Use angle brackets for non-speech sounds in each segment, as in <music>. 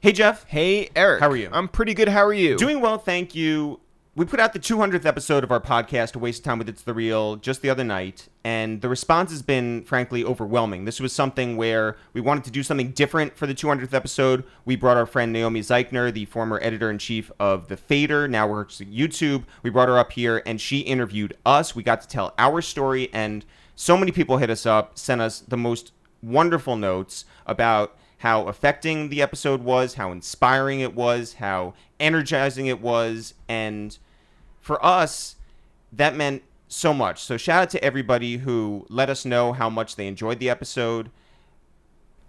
Hey, Jeff. Hey, Eric. How are you? I'm pretty good. How are you? Doing well, thank you. We put out the 200th episode of our podcast, A Waste of Time with It's the Real, just the other night, and the response has been, frankly, overwhelming. This was something where we wanted to do something different for the 200th episode. We brought our friend Naomi Zeichner, the former editor in chief of The Fader, now works at YouTube. We brought her up here, and she interviewed us. We got to tell our story, and so many people hit us up, sent us the most wonderful notes about how affecting the episode was, how inspiring it was, how energizing it was, and for us, that meant so much. So shout out to everybody who let us know how much they enjoyed the episode.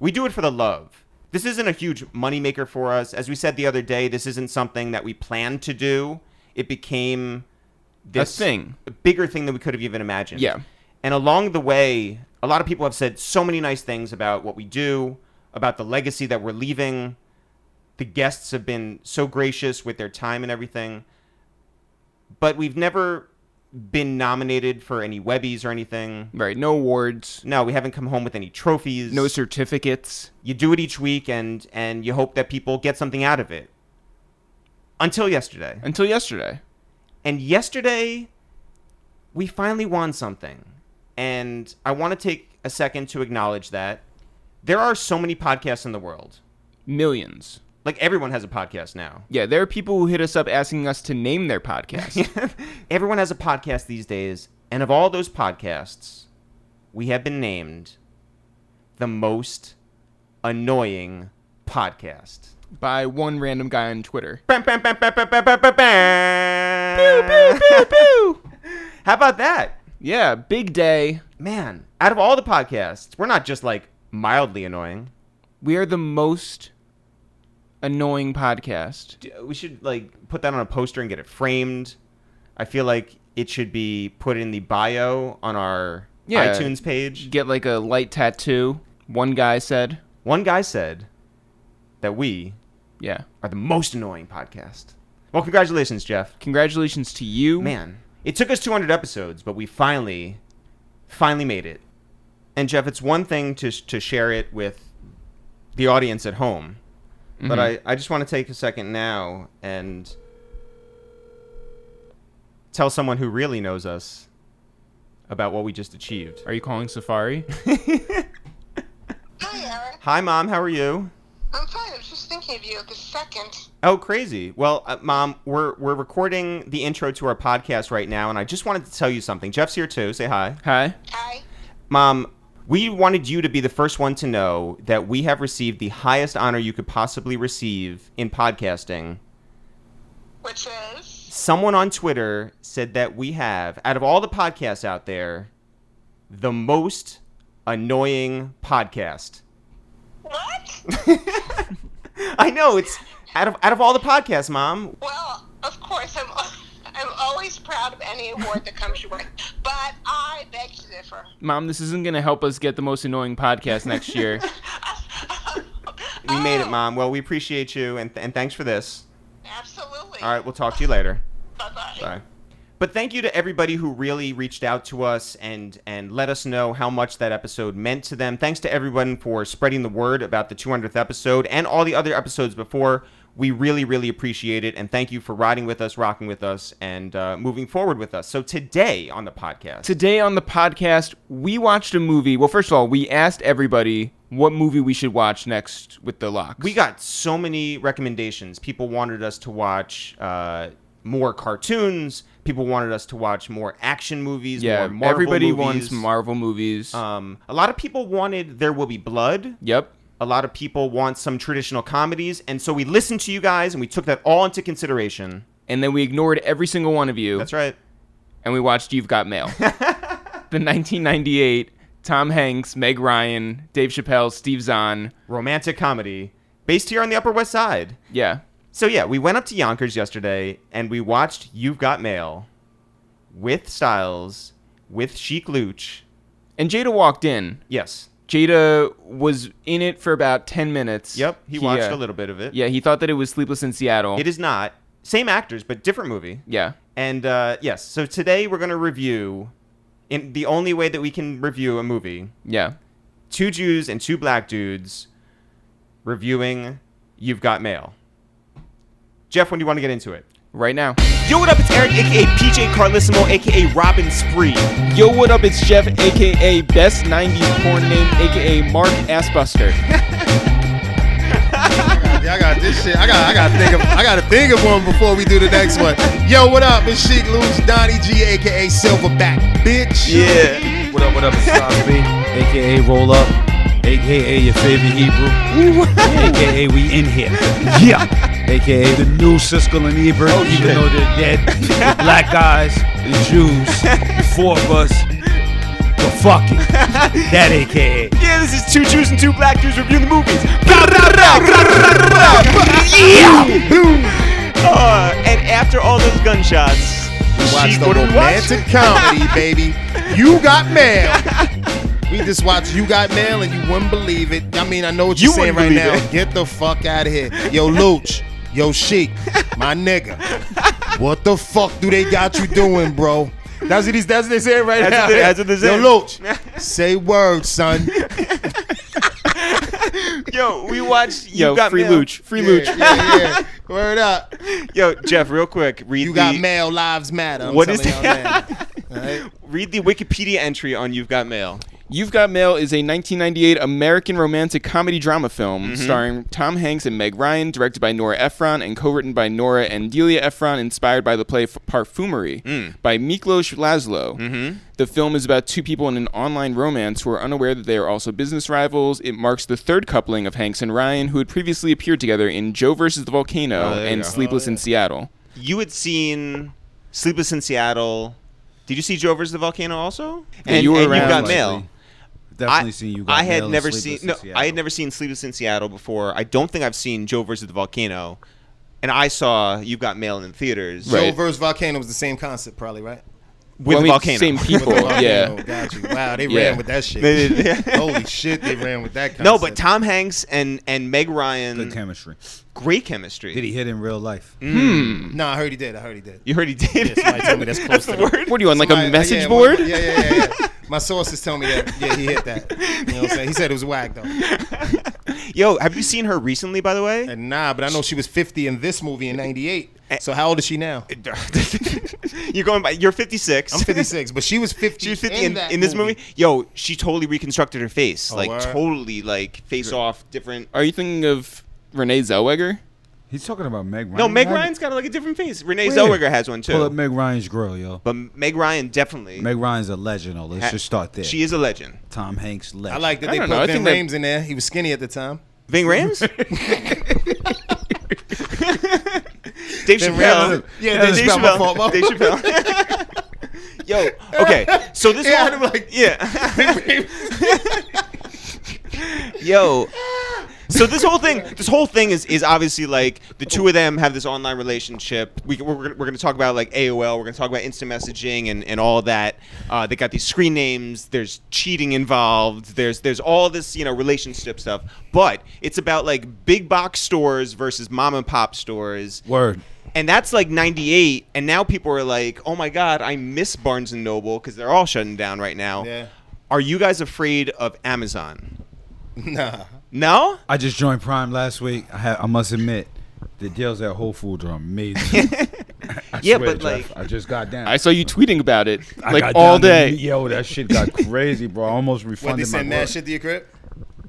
We do it for the love. This isn't a huge moneymaker for us. As we said the other day, this isn't something that we planned to do. It became this thing. a bigger thing than we could have even imagined. Yeah. And along the way, a lot of people have said so many nice things about what we do, about the legacy that we're leaving. The guests have been so gracious with their time and everything. But we've never been nominated for any Webbies or anything. Right. No awards. No, we haven't come home with any trophies. No certificates. you do it each week and and you hope that people get something out of it. Until yesterday. Until yesterday. And yesterday, we finally won something. And I want to take a second to acknowledge that there are so many podcasts in the world. Millions. Like everyone has a podcast now. <laughs> Yeah, there are people who hit us up asking us to name their <laughs> podcast. everyone has a podcast these days. And of all those podcasts, we have been named the most annoying podcast. by one random guy on Twitter. Bam, bam, bam, bam, bam, bam, bam, bam, bam. How about that? <laughs> Yeah, big day. Man, out of all the podcasts, we're not just like mildly annoying. We are the most annoying podcast. D- we should like put that on a poster and get it framed. I feel like it should be put in the bio on our Yeah. iTunes page. Get like a light tattoo. One guy said, One guy said that we "Yeah, are the most annoying podcast. Well, congratulations, Jeff. congratulations to you." Man, it took us 200 episodes, but we finally, finally made it. And Jeff, it's one thing to to share it with the audience at home, Mm-hmm. but I I just want to take a second now and tell someone who really knows us about what we <laughs> just achieved. Are you calling <laughs> Safari? Hi, Eric. Hi, mom. How are you? I'm fine. I was just thinking of you at the second. Oh, crazy. Well, uh, mom, we're we're recording the intro to our podcast right now, and I just wanted to tell you something. Jeff's here too. Say hi. Hi. Hi. Mom, we wanted you to be the first one to know that we have received the highest honor you could possibly receive in podcasting. Which is? Someone on Twitter said that we have, out of all the podcasts out there, the most annoying podcast. <laughs> What? I know it's out of out of all the podcasts, Mom. well, of course, I'm. <laughs> I'm always proud of any award that comes your way, but I beg to differ. <laughs> Mom, this isn't going to help us get the most annoying podcast next <laughs> year. We made it, Oh, Mom. Well, we appreciate you and th- and thanks for this. Absolutely. All right, we'll talk to you later. Bye-bye. Bye. But thank you to everybody who really reached out to us and and let us know how much that episode meant to them. Thanks to everyone for spreading the word about the 200th episode and all the other episodes before. We really, really appreciate it, and thank you for riding with us, rocking with us, and uh, moving forward with us. So today on the podcast, Today on the podcast, we watched a movie. Well, first of all, we asked everybody what movie we should watch next with the locks. we got so many recommendations. People wanted us to watch uh, more cartoons. People wanted us to watch more action movies. yeah. more Marvel everybody movies. wants Marvel movies. Um, a lot of people wanted There Will Be Blood. yep. A lot of people want some traditional comedies. And so we listened to you guys and we took that all into consideration. And then we ignored every single one of you, That's right. and we watched You've Got <laughs> Mail, the 1998 Tom Hanks, Meg Ryan, Dave Chappelle, Steve Zahn. Romantic comedy based here on the Upper West Side. Yeah. So yeah, we went up to Yonkers yesterday and we watched You've Got Mail with Styles, with Chic Luch. And Jada walked in. Yes. Jada was in it for about 10 minutes. Yep. He watched uh, a little bit of it. Yeah, he thought that it was Sleepless in Seattle. It is not. Same actors, but different movie. yeah. And uh, yes, so today we're going to review, in the only way that we can review a movie, Yeah. two Jews and two black dudes reviewing You've Got Mail. Jeff, when do you want to get into it? Right now. Yo, what up? It's Eric, aka PJ Carlissimo, aka Robin Spree. Yo, what up? It's Jeff, aka Best 90s Porn Name, aka Mark Assbuster. Yeah, I got this shit. I got I got to think of I got to think of one before we do the next one. Yo, what up? It's Sheik Loose, Donnie G, aka Silverback, bitch. Yeah. What up, what up, it's Cosby, aka Roll Up, aka your favorite Hebrew, aka we in here, yeah, Oh, aka the new Siskel and Ebert, even though they're dead, the black guys, the Jews, the four of us, but fuck it, that aka. Yeah, this is two Jews and two black Jews reviewing the movies. Uh, and after all those gunshots, We she- watched a what did we watch? romantic <laughs> comedy, baby. You got mail. We just watched You Got Mail and you wouldn't believe it. I mean, I know what You you're saying right wouldn't now. believe it. Get the fuck out of here. Yo, Luch. Yo, Sheik. My nigga. What the fuck do they got you doing, bro? That's what he's that's what they saying right That's now. what they- that's what they saying. Yo, Luch. Say words, son. Yo, we watched. You Yo, got free mail. Luch. Free Luch. Yeah, yeah, yeah. Word up. Yo, Jeff, real quick, read You the got mail. Lives matter. I'm What is <laughs> telling that? y'all now. Alright? read the Wikipedia entry on You've Got Mail. You've Got Mail is a 1998 American romantic comedy drama film starring Tom Hanks and Meg Ryan, directed by Nora Ephron and co-written by Nora and Delia Ephron, inspired by the play F- Parfumery by Miklos Laszlo. The film is about two people in an online romance who are unaware that they are also business rivals. It marks the third coupling of Hanks and Ryan, who had previously appeared together in Joe versus the Volcano there you and go. Sleepless in Seattle. You had seen Sleepless in Seattle. Did you see Joe vs. the Volcano also? Yeah, you were and around, You've Got likely. Mail. Definitely I- seen you. Got I had Mail and never seen Sleepless in no, Seattle. I had never seen Sleepless in Seattle before. I don't think I've seen Joe versus the Volcano, and I saw You've Got Mail in theaters Right. Joe versus Volcano was the same concept, probably, right? with Well, I the mean, volcano. Same <laughs> people, With the volcano, yeah. Got you. Wow, they Yeah. ran with that They shit. did, yeah. <laughs> Holy shit, they ran with that. Concept. no, but Tom Hanks and and Meg Ryan, Good chemistry. great chemistry. Did he hit in real life? Mm. No, I heard he did. I heard he did. You heard he did. Yeah, somebody told me that's close the to them. word. What are you on, like a Somebody- message yeah, board? Yeah, yeah, yeah, yeah. My sources tell me that. Yeah, he hit that. You know what I'm saying? He said it was whack though. <laughs> Yo, have you seen her recently? By the way, And nah, but I know she was 50 in this movie in '98. So how old is she now? <laughs> you're going by. You're 56. I'm <laughs> 56, but she was 50. She was 50 in, that in this movie. Yo, she totally reconstructed her face, like word. totally, like face off, different. Are you thinking of Renee Zellweger? He's talking about Meg Ryan. No, Meg Why- Ryan's got like a different face. Renee Where? Zellweger has one Pull up too, Meg Ryan's grill, yo. but Meg Ryan definitely. Meg Ryan's a legend. though. Let's ha- just start there. She is a legend. Tom Hanks legend. I like that I they don't put know. I Ben think that- Rames in there. He was skinny at the time. Ving <laughs> Rams. Dave Vin Chappelle. Rams. Yeah, Dave Chappelle, my fault, my Dave Chappelle. <laughs> Yo, okay. So this Yeah, whole- I'm like- yeah. Yo. So this whole thing, this whole thing is is obviously like the two of them have this online relationship. We we're, we're going to talk about like AOL. We're going to talk about instant messaging and and all that. Uh, they got these screen names. There's cheating involved. There's there's all this you know relationship stuff. But it's about like big box stores versus mom and pop stores Word. and that's like 98 and now people are like oh my god i miss barnes and noble because they're all shutting down right now Yeah. <laughs> are you guys afraid of amazon Nah. no I just joined Prime last week. I ha I must admit, the deals at Whole Foods are <laughs> amazing. I Yeah, swear, but, Jeff, like- I just got down. I saw you tweeting about it I like got all down there. day. Yo, that shit got crazy, bro. I almost What they refunded my send work. that shit to your crib?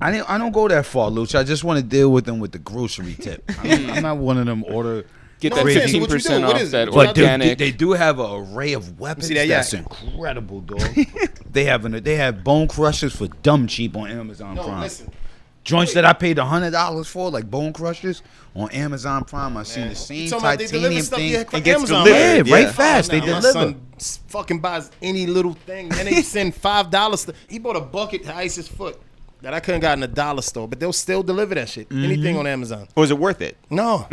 I didn't, I don't go that far, Luch. I just want to deal with them with the grocery tip. Hmm. I'm, I'm not one of them order. Get No, that I'm saying, so fifteen what you percent do? What off is that it? But But they- organic. they, they do have an array of weapons. See that that's yak? incredible, dog. <laughs> they have an, they have bone crushers for dumb cheap on Amazon No, Prime. listen. Joints that I paid hundred dollars for, like bone crushers, on Amazon Prime. I seen the same You talking about they deliver titanium stuff thing. to your crib? and gets Amazon, delivered. Yeah, right? Yeah. right fast. Nah, they My deliver. son s- fucking buys any little thing, and they send five dollars. to- He bought a bucket to ice his foot that I couldn't got in a dollar store, but they'll still deliver that shit. Anything on Amazon? or is it worth it No,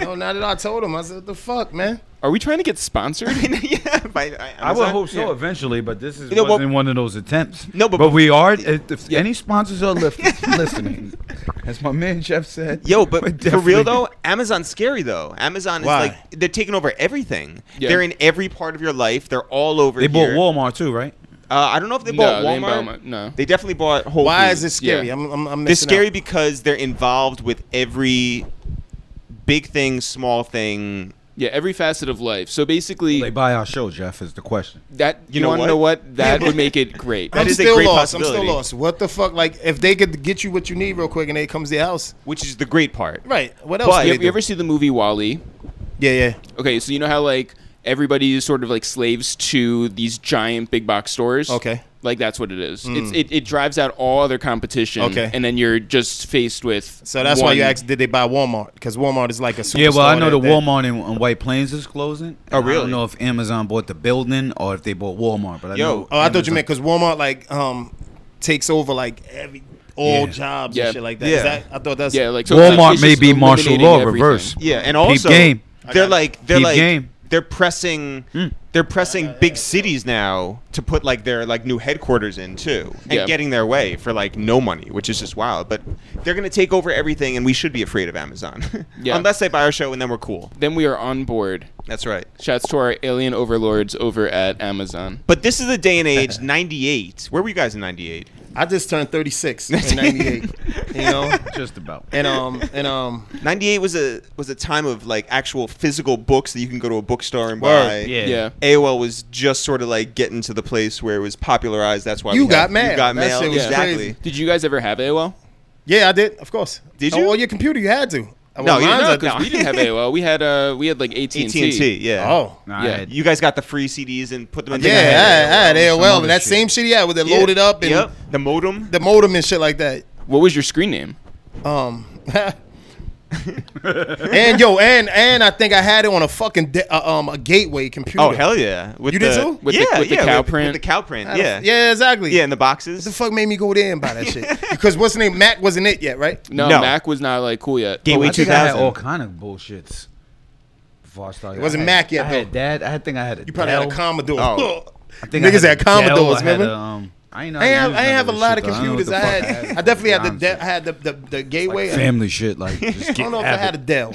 no, not at all. I told him. I said, "What the fuck, man." Are we trying to get sponsored? <laughs> yeah, by, by I would Amazon? hope so Yeah. eventually, but this is know, but- wasn't one of those attempts. No, but- we are. If, if any sponsors are lift, listening, as my man Jeff said, Yo, <laughs> but we're for definitely- real though, Amazon's scary though. Amazon Why? is like they're taking over everything. Yeah. They're in every part of your life. They're all over. they bought here. Walmart too, right? Uh, I don't know if they No, bought they Walmart. didn't buy Walmart, no. They definitely bought Whole Why Foods. is it scary? Yeah. I'm, I'm, I'm It's missing out. scary because they're involved with every big thing, small thing. Yeah, every facet of life. So basically, They buy our show, Jeff, is the question. that you, know want what? to know what that would make it great. That I'm is a still great lost. I'm still possibility. lost. What the fuck? Like, if they could get you what you need real quick and they comes to your house, which is the great part. right? What else? But- do you, they ever- you do? ever see the movie Wally? yeah, yeah. Okay, so you know how like everybody is sort of like slaves to these giant big box stores. Okay. like that's what it is. It's, it it drives out all other competition. Okay. and then you're just faced with. So that's why you one- asked, did they buy Walmart? Because Walmart is like a super Yeah, well, I know the Walmart in, in White Plains is closing. Oh, I really? don't know if Amazon bought the building or if they bought Walmart, but I Yo, know. Oh, I thought you Amazon- meant because Walmart like um takes over like every all Yeah. jobs Yeah. and shit like that. Yeah. Is that I thought that's Yeah, like so it's like- Walmart it's may just be martial eliminating law everything. reverse. Yeah, and also game. they're like they're Peep like game. Hmm. they're pressing they're pressing big cities now to put like their like new headquarters in too and Yeah. getting their way for like no money, which is just wild. But they're gonna take over everything, and we should be afraid of Amazon <laughs> Yeah. unless they buy our show, and then we're cool. Then we are on board. That's right. Shouts to our alien overlords over at Amazon. But this is the day and <laughs> age '98. Where were you guys in '98? I just turned 36 in 98, you know? Just about. And um and um 98 was a was a time of like actual physical books that you can go to a bookstore and Word. buy. Yeah. Yeah. AOL was just sort of like getting to the place where it was popularized. That's why You we had- got mail. You got That mail. shit was exactly. crazy. Did you guys ever have AOL? yeah, I did, of course. Did Oh, you? well, your computer you had to. Well, No, you mine's didn't. a- because no. we didn't have AOL. We had uh we had like AT and AT and T. T. Yeah. Oh. Nah, Yeah. I had- You guys got the free CDs and put them in. Yeah, I I had, had I had AOL, some AOL, other and that shit. same shit he had with it Yeah. loaded up and Yep. the modem. the modem and shit like that. What was your screen name? Um, and yo, and and I think I had it on a fucking de- uh, um a gateway computer. oh hell yeah! With You the, did too? With the- yeah, with the yeah, cow with, print? With the cow print. I don't- Yeah. yeah, exactly. Yeah, in the boxes. the fuck made me go there and buy that <laughs> shit? Because what's the name? Mac wasn't it yet, right? No, No. Mac was not like cool yet. Gateway I think I had 2000. all kind of bullshits before I started. It wasn't I had- Mac yet, I had though. that. I think I had a You probably had a <laughs> Dell. Commodore. Oh. I think I Niggas had, a Dell. Commodores, I had remember? a, um, I ain't know- I I ain't have, used I ain't none have a this lot shit, of though. I don't know what computers. the I fuck had, I definitely had the, honestly. de- I had the the, the gateway. family <laughs> shit. Like, just I don't know if I had a <laughs> Dell.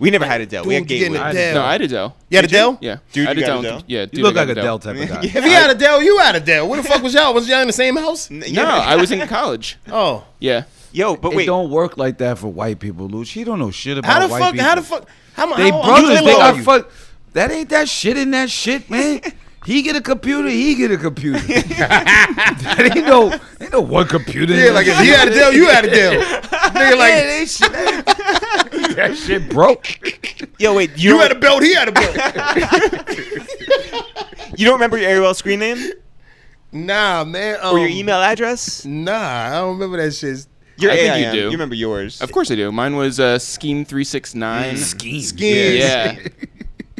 we never had a Dell. We had Dude, you getting Gateway. <laughs> a Gateway. Dell? Oh, No, I had Adele. you had a Dell? Yeah. Dude, I had you got Adele. Adele? Yeah, dude, You look I like got a Dell Adele. type of guy. If <laughs> he had a Dell, you had a Dell. <laughs> Where the fuck was y'all? Was y'all in the same house? No, I was in college. Oh, Yeah. Yo, but It wait. don't work like that for white people, Lou. She don't know shit about how the white fuck? people. How the fuck? How mu- They how- how brothers, little they are got you? fuck. That ain't that shit in that shit, man. He get a computer, he get <laughs> a computer. that ain't no, ain't no one computer. in Yeah, that like if shit. he had a deal, you had a deal. Nigga, Yeah, like they shit- that shit broke. Yo, wait. You, you don't- had a belt, he had a belt. you don't remember your AOL screen name nah, man. Um, or your email address? Nah, I don't remember that shit. Your I think you AIM. do. You remember yours? Of course I do. Mine was uh, Scheme three six <laughs> nine. Skins. Yeah.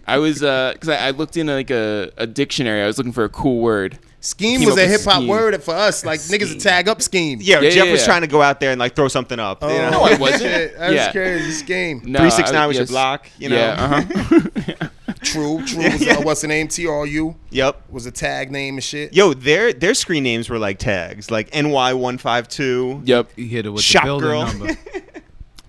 I was because I, I looked in like a, a dictionary. I was looking for a cool word. Scheme Came was up a with hip hop scheme. word for us. Like niggas would tag up scheme. Yeah, Yeah, Jeff yeah, was yeah. trying to go out there and like throw something up. you know? Oh, No, I wasn't. shit, That's Yeah. crazy. Scheme. No, Three six nine I- was your yes. block. You know. Uh, Yeah. <laughs> Uh-huh. True. True. Was, uh, what's the name? T R U Yep. was a tag name and shit. Yo, their their screen names were like tags, like NY one five two. yep. He hit it with Shop the building girl. <laughs> number.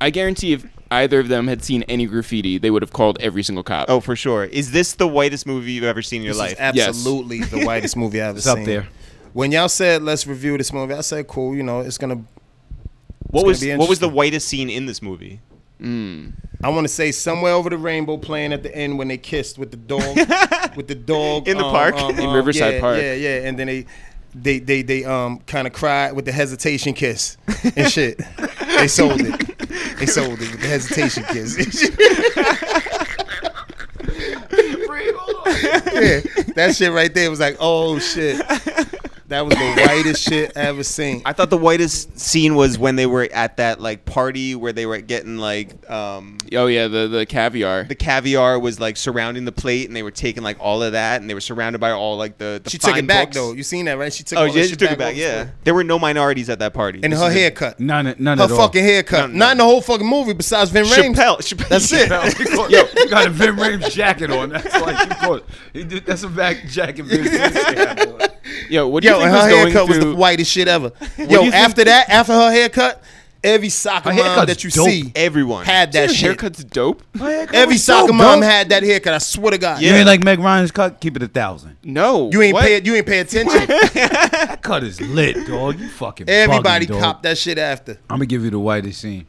I guarantee if either of them had seen any graffiti, they would have called every single cop. <laughs> Oh, for sure. Is this the whitest movie you've ever seen in your This life? is absolutely the whitest movie I've ever It's seen. up there. When y'all said let's review this movie, I said cool. You know, it's gonna. what gonna was be what was the interesting. whitest scene in this movie? I want to say somewhere over the rainbow playing at the end when they kissed with <laughs> the dog, with the dog um, In the park? In Riverside yeah, Park. Yeah, yeah, and then they. They they they um kind of cried with the hesitation kiss <laughs> and shit. they sold it. They sold it with the hesitation kiss. <laughs> yeah, that shit right there was like, oh shit. That was the whitest shit I ever seen. I thought the whitest scene was when they were at that like party where they were getting like um Oh yeah, the the caviar. the caviar was like surrounding the plate and they were taking like all of that and they were surrounded by all like the, the She took fine it back books. though. You seen that right? She took. Oh all that yeah, she shit took it back. over. Yeah, there were no minorities at that party. and This her is a- haircut. None, none her at all. fucking <laughs> haircut. No, no. Not in the whole fucking movie besides Vin Rames. Chappelle. <laughs> Chappelle. That's it. Yo, you got a Vin Rames jacket on. That's like you caught. he did- That's a back jacket. Vin Rames had on. Yo, what do Yo, you and think her was going haircut was through? the whitest shit ever. do you Yo, think- after that, after her haircut, every soccer Her mom haircut's that you dope. see Everyone. had that Your shit. haircut's dope. Every soccer dope, mom bro. had that haircut. I swear to God. You ain't like Meg Ryan's cut. Keep it a thousand. No, You ain't what? pay. You ain't pay attention. That cut is lit, dog. You fucking Everybody bugging, dog. copped that shit after. I'm gonna give you the whitest scene.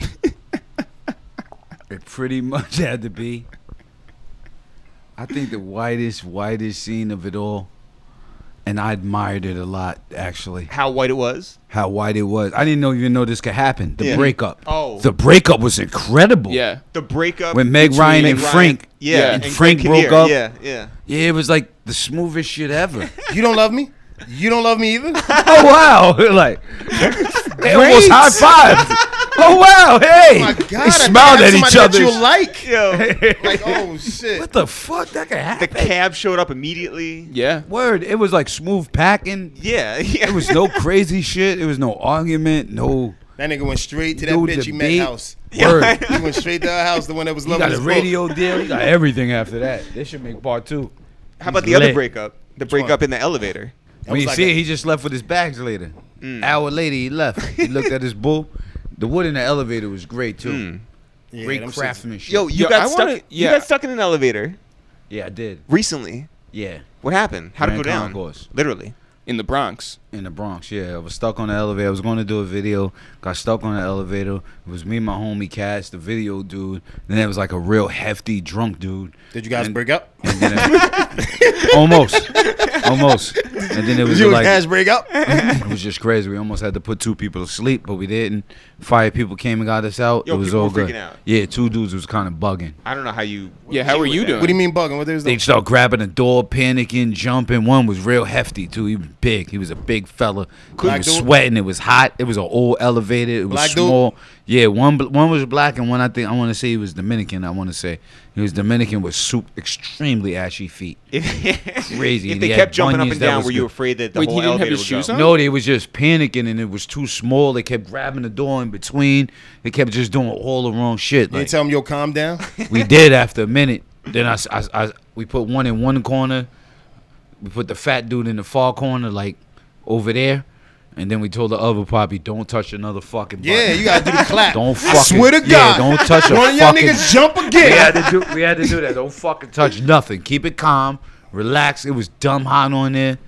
it pretty much had to be. I think the whitest, whitest scene of it all, and I admired it a lot actually. How white it was. How white it was. I didn't know even know this could happen. The Yeah. breakup. Oh. the breakup was incredible. Yeah, The breakup When Meg between Ryan and Frank- Yeah, Yeah. and and Frank Greg Kinnear. broke up. Yeah, yeah. yeah, it was like the smoothest shit ever. You don't love me. You don't love me <laughs> either. oh wow! <laughs> like they almost high fived. Oh wow! Hey, Oh my God, they I smiled grabbed at somebody each other. That you <laughs> like? Yo, Like oh shit. What the fuck? That could the happen. cab showed up immediately. yeah. Word. It was like smooth packing. Yeah, <laughs> yeah. It was no crazy shit. It was no argument. <laughs> No. That nigga went straight to that no bitch he met debate. house. Word. He went straight to her house, the one that was <laughs> You loving got a his book. radio deal. You got everything after that. They should make part two. How about He's the other lit. breakup? The breakup in the elevator. When was you like see a- it, he just left with his bags later. Mm. Hour later, he left. He looked at his bull. The wood in the elevator was great too. Yeah, Great them shits- craftsmanship. Mm. Yo, you Yo, got I stuck. wanna- You yeah. got stuck in an elevator yeah, I did. recently. Yeah, What happened? How would it go Grand down? Concourse. Literally. In the Bronx. in the Bronx. Yeah, I was stuck on the elevator. I was going to do a video. Got stuck on the elevator. It was me, and my homie, Cass, the video dude. Then there was like a real hefty drunk dude. Did you guys And- break up? And then it- almost, almost. And then it was you and like Cash break <laughs> up? it was just crazy. We almost had to put two people to sleep, but we didn't. Fire people came and got us out. Yo, it was people all were freaking good. out. Yeah, two dudes was kind of bugging. I don't know how you. Yeah, how were you with that. doing? What do you mean bugging? What they was They doing? start grabbing the door, panicking, jumping. One was real hefty too. He was big. He was a big fella. he Black was dude? sweating. It was hot. It was an old elevator. It was Black dude? small. Yeah, one bl- one was black and one I think I want to say he was Dominican. I want to say he was Dominican with soup, extremely ashy feet. <laughs> If, Crazy, if and they he kept had jumping up bunions, and that down, was were you good. afraid that the Wait, he whole didn't have elevator his would shoes go? on? No, they was just panicking and it was too small. They kept grabbing the door in between. They kept just doing all the wrong shit. They Like, tell him yo calm <laughs> down. we did after a minute. Then I, s- I s- I s- we put one in one corner. We put the fat dude in the far corner, like over there, and then we told the other poppy, "Don't touch another fucking button. Yeah, you gotta do the clap. don't I fucking swear to <laughs> yeah, God. don't touch a One of y'all fucking- niggas jump <laughs> we again. had to do we had to do that. Don't fucking touch nothing. Keep it calm, relax. It was dumb hot on there,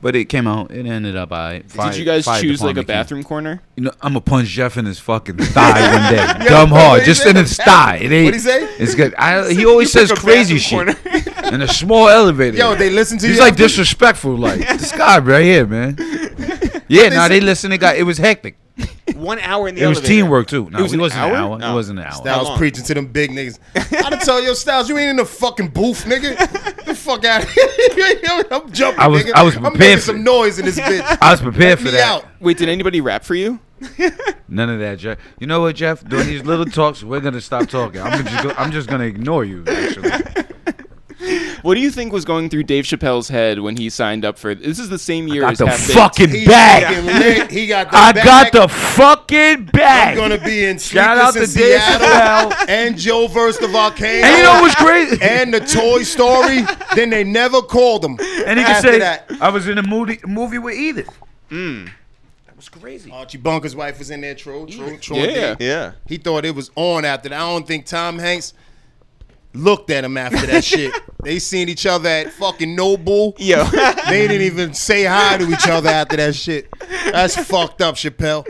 but it came out. It ended up alright. Did you guys choose like a bathroom corner? You know, I'm gonna punch Jeff in his fucking thigh <laughs> one day. Dumb what hard, he just said? in his thigh. It ain't. What'd he say? It's good. <laughs> I, he always says pick a crazy bathroom shit <laughs> in a small elevator. Yo, they listen to He's you like after? <laughs> disrespectful. Like this guy right here, man. Yeah, no, nah, they listen. It got. It was hectic. One hour in the It was elevator. teamwork too. No, It it, was was an not an hour? hour. No. It wasn't an hour. How Styles long? preaching to them big niggas. I done tell yo Styles, you ain't in the fucking booth, nigga. the fuck out of <laughs> here. I'm jumping, I was- nigga. I was I'm making prepared for some it. noise in <laughs> this bitch. I was prepared for Me that. out. Wait, did anybody rap for you? None of that, Jeff. You know what, Jeff? During these little talks, we're gonna stop talking. I'm gonna just. Go, I'm just gonna ignore you. <laughs> Actually, What do you think was going through Dave Chappelle's head when he signed up for this? Is the same year got as the Half Baked. fucking He bag. fucking lit. He got the <laughs> I bag. got the fucking bag. I'm gonna be in <laughs> Shout out Sleepless in to Dave Seattle and Joe versus the Volcano. And you know what's crazy? and the Toy <laughs> Story. then they never called him. And he can after say, that. I was in a movie, movie with Edith. Archie Bunker's wife was in there. True, true, true. Yeah. Yeah. He thought it was on after that. I don't think Tom Hanks looked at him <laughs> after that shit. They seen each other at fucking Noble. Yo. <laughs> They didn't even say hi to each other after that shit. That's fucked up, Chappelle.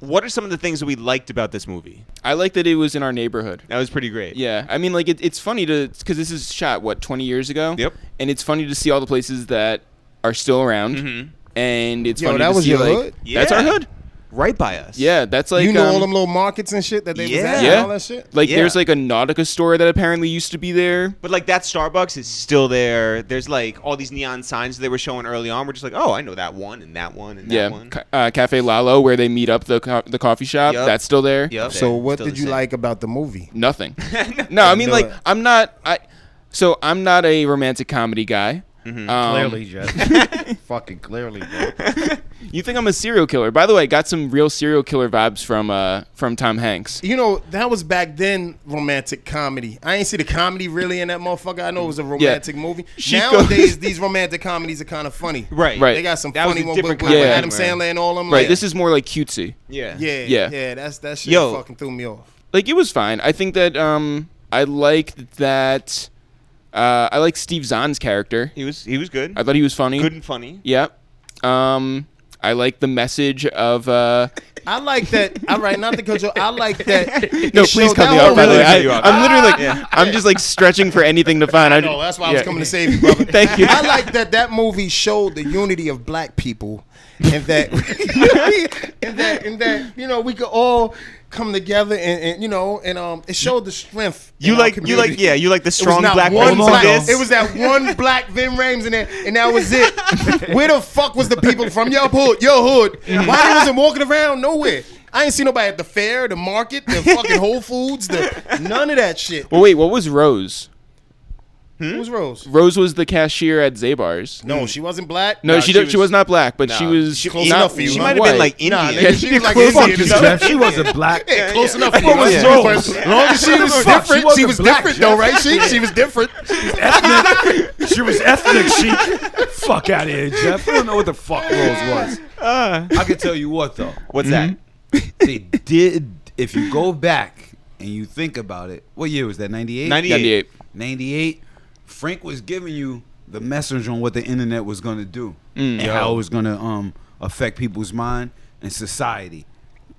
what are some of the things that we liked about this movie? I like that it was in our neighborhood. That was pretty great. Yeah, I mean, like it, it's funny to because this is shot what twenty years ago. Yep. And it's funny to see all the places that are still around, and it's Yo, funny that to was see your like hood? that's our Mm-hmm. Yeah. hood. Right by us. Yeah, that's like you know um, all them little markets and shit that they was at Yeah. and all that shit? Like Yeah. there's like a Nautica store that apparently used to be there. But like that Starbucks is still there. There's like all these neon signs they were showing early on. We're just like, oh, I know that one and that one and that yeah, one. Ca- uh, Cafe Lalo where they meet up the co- the coffee shop. Yup. That's still there. Yep. so what Still the did you same. like about the movie? <laughs> Nothing. no, I mean No. like I'm not I so I'm not a romantic comedy guy. Mm-hmm. Um, <laughs> Clearly, Jeff. Fucking clearly, bro. You think I'm a serial killer? By the way, I got some real serial killer vibes from uh from Tom Hanks. You know, that was back then romantic comedy. I ain't see the comedy really in that motherfucker. I know it was a romantic movie. Chico- Nowadays, these romantic comedies are kind of funny. Right. Right. They got some That was funny a ones with, different with kind of Adam humor. Sandler and all them. Right. yeah. This is more like cutesy. Yeah. Yeah, Yeah. yeah, yeah. That's that shit Yo. fucking threw me off. Like it was fine. I think that um I liked that. Uh, I like Steve Zahn's character. He was he was good. I thought he was funny. good and funny. Yeah. Um, I like the message of <laughs> uh. I like that. all right, not the control. I like that. <laughs> it No, please showed- cut that me was off. By the really way, cut I, you off. I'm literally like, I'm just like stretching for anything to find. I No, that's why I was yeah. coming to save you, <laughs> brother. Thank you. <laughs> I like that that movie showed the unity of black people, and that <laughs> and that and that you know we could all come together and, and you know and um it showed the strength. You in our like you like community. yeah you like the It was strong not black one woman woman of black. this. It was that <laughs> one black Vin Rames in there, and that was it. Where the fuck was the people from your hood? Your hood. Why they wasn't walking around nowhere? I ain't seen nobody at the fair, the market, the fucking Whole Foods, the none of that shit. Well, wait, what was Rose? Who's Rose? Rose was the cashier at Zabar's. No, she wasn't black. No, No, she she did, she was was- not black, but she no, was she- close not enough for you, She she huh? might have been white. like Nah, Indian. nigga, she was like Fuck you, Indian. Jeff. She wasn't black. Yeah, close enough. What was yeah. wrong? As long as she was Fuck, she different, she, wasn't was black, different Jeff. <laughs> though, <laughs> right? She she was different. She was ethnic. She fuck out of here, Jeff. I don't know what the fuck Rose was. Uh. I can tell you what though. What's that? Mm-hmm. They did. If you go back and you think about it, what year was that? Ninety eight. 98. 98. 98, Frank was giving you the message on what the internet was going to do Mm. and how it was going to um, affect people's mind and society.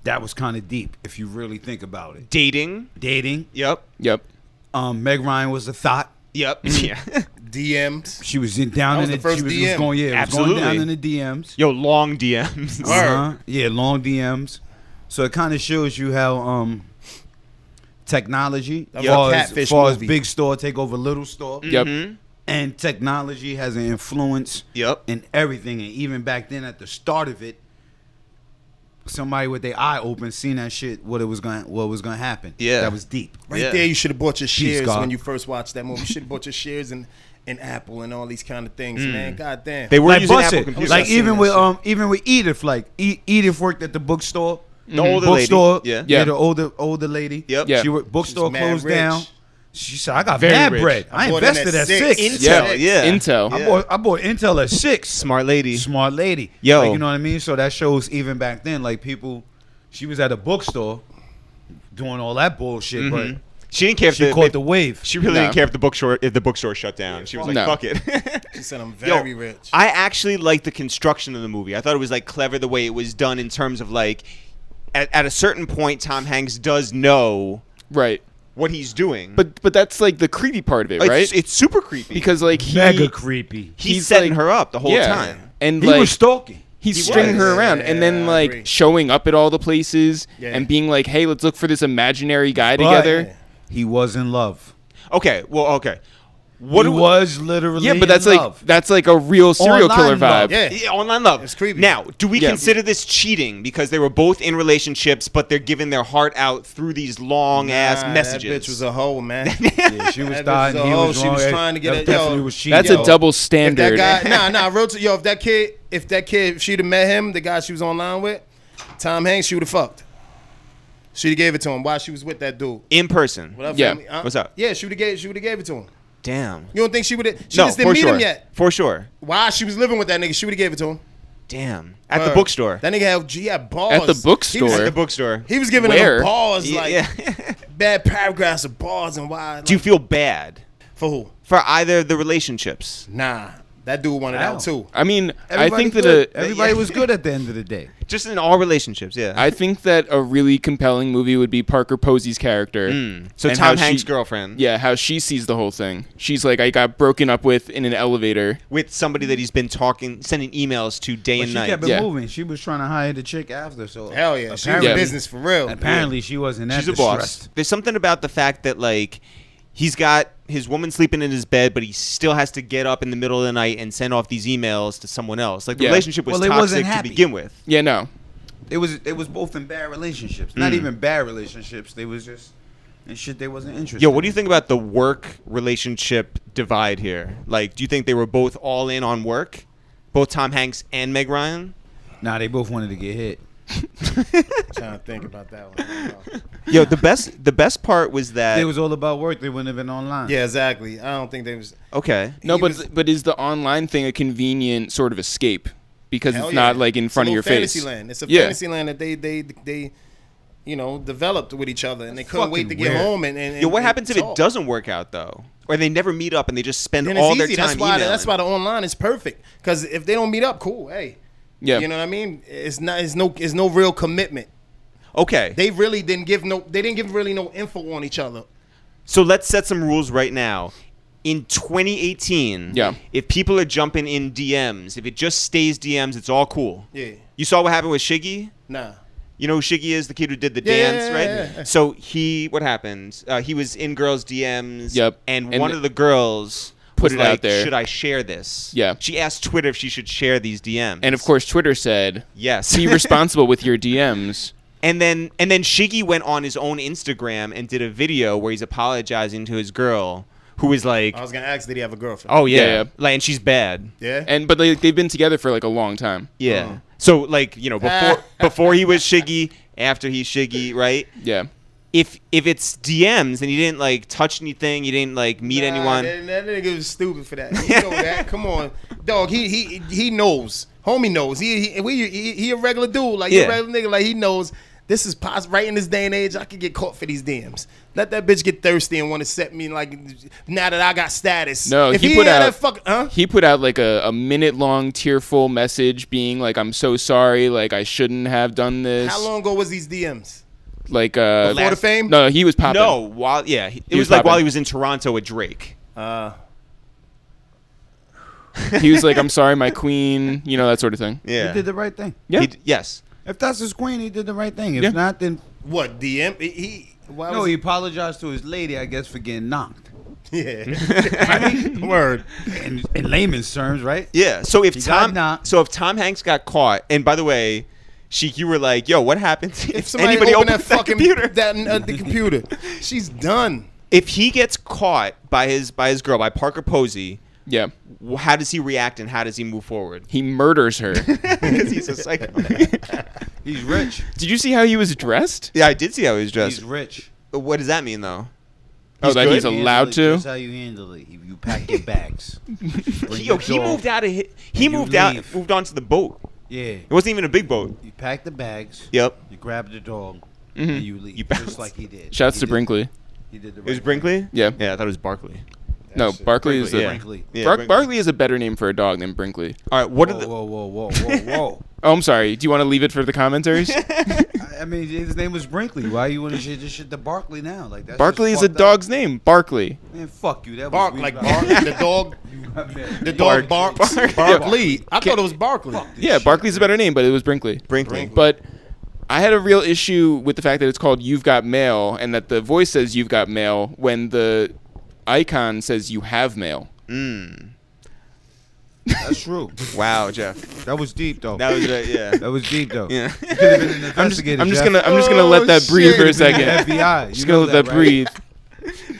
That was kind of deep if you really think about it. Dating. Dating, Yep. Yep. um, Meg Ryan was a thought. Yep. Yeah. Mm-hmm. DMs. She was in, down That was in the, the first she was, was DM. going, yeah, it was going Absolutely. down in the DMs. <laughs> Yo, long DMs. Uh-huh. Yeah, long DMs. So it kind of shows you how um, technology, was a far as catfish far as movie. big store take over little store. Yep. Mm-hmm. and technology has an influence Yep. in everything and even back then at the start of it somebody with their eye open seen that shit what it was going to what was going to happen Yeah. that was deep Right Yeah. there, you should have bought your shares God. when you first watched that movie. You should have bought your shares in, in Apple and all these kind of things, man. God damn. They were like using bust Apple it. computers. like I've seen even that with shit. um even with Edith like E- Edith worked at the bookstore Mm-hmm. The older lady. bookstore Yeah. Yeah. the older older lady Yep. Yeah. she worked bookstore mad closed rich. down she said I got Very mad rich. bread I, bought in at invested at six. six, Yeah. Intel. Yeah. Intel. I bought I bought Intel at six Smart lady. smart lady. Yo. Like, you know what I mean? So that shows even back then, like people, she was at a bookstore doing all that bullshit, Mm-hmm. She didn't care but if she the, caught the wave. she really No. didn't care if the bookstore if the bookstore shut down. She was like, No. fuck it. <laughs> She said, I'm Yo, very rich. I actually liked the construction of the movie. I thought it was like clever the way it was done in terms of like at, at a certain point Tom Hanks does know Right. what he's doing. But but that's like the creepy part of it, it's, right? it's super creepy. because like he, Mega creepy. he's, he's setting like- her up the whole yeah. time. And He like was stalking. he's He stringing was. her around and Yeah, then I like agree. showing up at all the places Yeah. and being like, "Hey, let's look for this imaginary guy But together." He was in love. Okay, well, okay. What he do we- was literally Yeah, but in that's love. like that's like a real serial Online killer vibe. love. yeah. Yeah, online love. It's creepy. Now, do we Yeah. consider this cheating because they were both in relationships, but they're giving their heart out through these long ass Nah, messages? That bitch was a <laughs> hoe, man. Yeah, she was That dying. was a He hoe. was She wrong. was That- trying to get that it- yo, Definitely was cheating. That's Yo, a double if that standard. <laughs> guy, nah, nah, real t- yo, if that kid, if that kid, if she'd have met him, the guy she was online with, Tom Hanks, she would have fucked. She'd have gave it to him while she was with that dude. in person. What up, Yeah. family? Huh? What's up? Yeah, she would have gave, she would have gave it to him. Damn. You don't think she would have? She no, just for didn't meet sure. him yet. For sure. Why she was living with that nigga? She would have gave it to him. Damn. At the Word. bookstore. Uh, That nigga had G had balls. At the bookstore? At He was, the bookstore. he was giving Where? her balls Yeah, like yeah. bad paragraphs of balls and why. <laughs> Do you like, feel bad for who? for either of the relationships? Nah, that dude wanted Ow. out too. I mean, I Everybody think that good. a, everybody yeah. was good at the end of the <laughs> day. Just in all relationships, yeah. I think that a really compelling movie would be Parker Posey's character. Hmm. so And Tom how Hanks' she- girlfriend, Yeah, how she sees the whole thing. She's like, I got broken up with in an elevator. with somebody that he's been talking, sending emails to day But and she night. kept it Yeah. moving. She was trying to hire the chick after. So Hell yeah, she was apparently, Yeah. business for real. apparently she wasn't that She's a distressed. boss. There's something about the fact that like he's got his woman sleeping in his bed, but he still has to get up in the middle of the night and send off these emails to someone else. Like the Yeah. relationship was Well, it toxic wasn't to happy. begin with. Yeah, no. It was it was both in bad relationships. Not Mm. even bad relationships. They was just and shit they wasn't interested. Yo, what do you in. think about the work relationship divide here? Like, do you think they were both all in on work, both Tom Hanks and Meg Ryan? Nah, they both wanted to get hit. trying to think about that <laughs> one. Yo, the best the best part was that It was all about work. They wouldn't have been online. Yeah, exactly. I don't think they was. okay. No, He but was- but is the online thing a convenient sort of escape because Hell it's yeah. not like in It's a front of little your fantasy face? Land. It's a Yeah. fantasy land that they they they, you know, developed with each other, and they couldn't wait to fucking get weird. home. And, and Yo, what and happens if it talk. doesn't work out though, or they never meet up and they just spend Then all it's their easy. time That's why emailing? that's why the online is perfect. Because if they don't meet up, cool. Hey, Yeah. you know what I mean? It's not. It's no. It's no real commitment. okay. They really didn't give no. They didn't give really no info on each other. So let's set some rules right now. In 2018, Yeah. if people are jumping in DMs, if it just stays DMs, it's all cool. Yeah. You saw what happened with Shiggy? Nah. You know who Shiggy is, the kid who did the Yeah, dance, yeah, right? yeah, yeah. So he, what happened? Uh, he was in girls' DMs. Yep. And, And one of the girls put was it out like, there. Should I share this? Yeah. She asked Twitter if she should share these DMs. And of course, Twitter said, yes. "Be responsible with your DMs." <laughs> And then and then Shiggy went on his own Instagram and did a video where he's apologizing to his girl, who was like, I was gonna ask, did he have a girlfriend? "Oh yeah, Yeah, yeah. like and she's bad." yeah. And but like they've been together for like a long time. Yeah. Oh. So like you know <laughs> before before he was Shiggy, after he's Shiggy, right? Yeah. If if it's DMs and you didn't like touch anything, you didn't like meet Nah, anyone. That, that nigga was stupid for that. You know that. Come on, dog. He he he knows. Homie knows. He he we, he, he a regular dude. Like he Yeah. a regular nigga. Like he knows. This is possible. Right in this day and age, I could get caught for these DMs. Let that bitch get thirsty and want to set me like. Now that I got status, No, if he he, put had out- that fuck, huh? He put out like a, a minute long tearful message being like, I'm so sorry, like I shouldn't have done this. How long ago was these DMs? Like uh Before the fame? No, he was popping. no, while yeah, he- it was, was like while popping. he was in Toronto with Drake. He was like, I'm sorry, my queen, you know, that sort of thing. Yeah. He did the right thing. Yeah. He d- yes. If that's his queen, he did the right thing. If Yeah. not, then What DM? He, he why no. was He apologized to his lady, I guess, for getting <laughs> knocked. <laughs> yeah. Word. In, in layman's terms, right? Yeah. So if got Tom, knocked. so if Tom Hanks got caught, and by the way, Sheik, you were like, "Yo, what happened <laughs> If somebody opened that fucking computer?" that uh, the computer, she's done. if he gets caught by his by his girl by Parker Posey, Yeah. wh- how does he react and how does he move forward? He murders her. Because he's a psychopath. He's rich. Did you see how he was dressed? yeah, I did see how he was dressed. He's rich. what does that mean though? oh, that good? he's Handle allowed it to? Just how you handle it. You you pack <laughs> your bags. Bring Yo, your he dog. moved out of hi- he you moved out leave. moved onto the boat. Yeah. It wasn't even a big boat. You pack the bags. Yep. You grab the dog. And you leave. You bounce. just like he did. Shouts Mm-hmm. to He did- Brinkley. He did the right It was thing. Brinkley. Yeah. Yeah, I thought it was Barkley. No, Barkley is the yeah. Brinkley. Yeah, Bar- Brinkley. Barkley is a better name for a dog than Brinkley. All right, what are Whoa, the whoa, whoa, whoa, whoa, <laughs> whoa. Oh, I'm sorry. Do you want to leave it for the commentaries? I- I mean, his name was Brinkley. Why you want to shit this shit to Barkley now? Like that's Barkley is just a fucked up. dog's name. Barkley. Man, fuck <laughs> you. That Bark was like bark. The dog The dog Bark. barks. Bark. Barkley. I thought it was Barkley. Yeah, Barkley's a better name, but it was Brinkley. Brinkley. But I had a real issue with the fact that it's called You've Got Mail and that the voice says You've Got Mail when the icon says You Have Mail. That's true. Wow, Jeff. That was deep though. That was uh, yeah. That was deep though. Yeah. <laughs> You could have been an I'm just, investigator. I'm just Jeff. gonna I'm just gonna Oh, let that breathe shit. for a second. <laughs> <laughs> FBI. just gonna let that, breathe.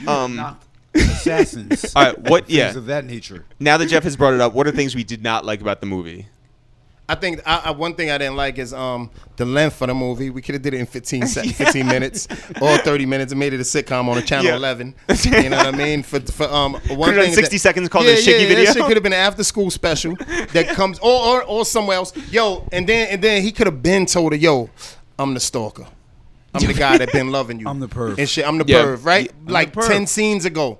Um Not assassins. all right, what Things yeah. of that nature. Now that Jeff has brought it up, what are things we did not like about the movie? I think I, I, one thing I didn't like is um the length of the movie. We could have did it in 15, sec- 15 minutes or 30 minutes and made it a sitcom on a Channel Yeah. 11. You know what I mean? For, for um one Could've done thing 60 that, seconds called it a Shiggy yeah, video. That shit could have been an after school special that comes or, or or somewhere else. Yo, and then and then he could have been told her, yo, I'm the stalker. I'm the guy that been loving you. I'm the perv. And shit, I'm the Yeah. perv, right? like perv. 10 scenes ago.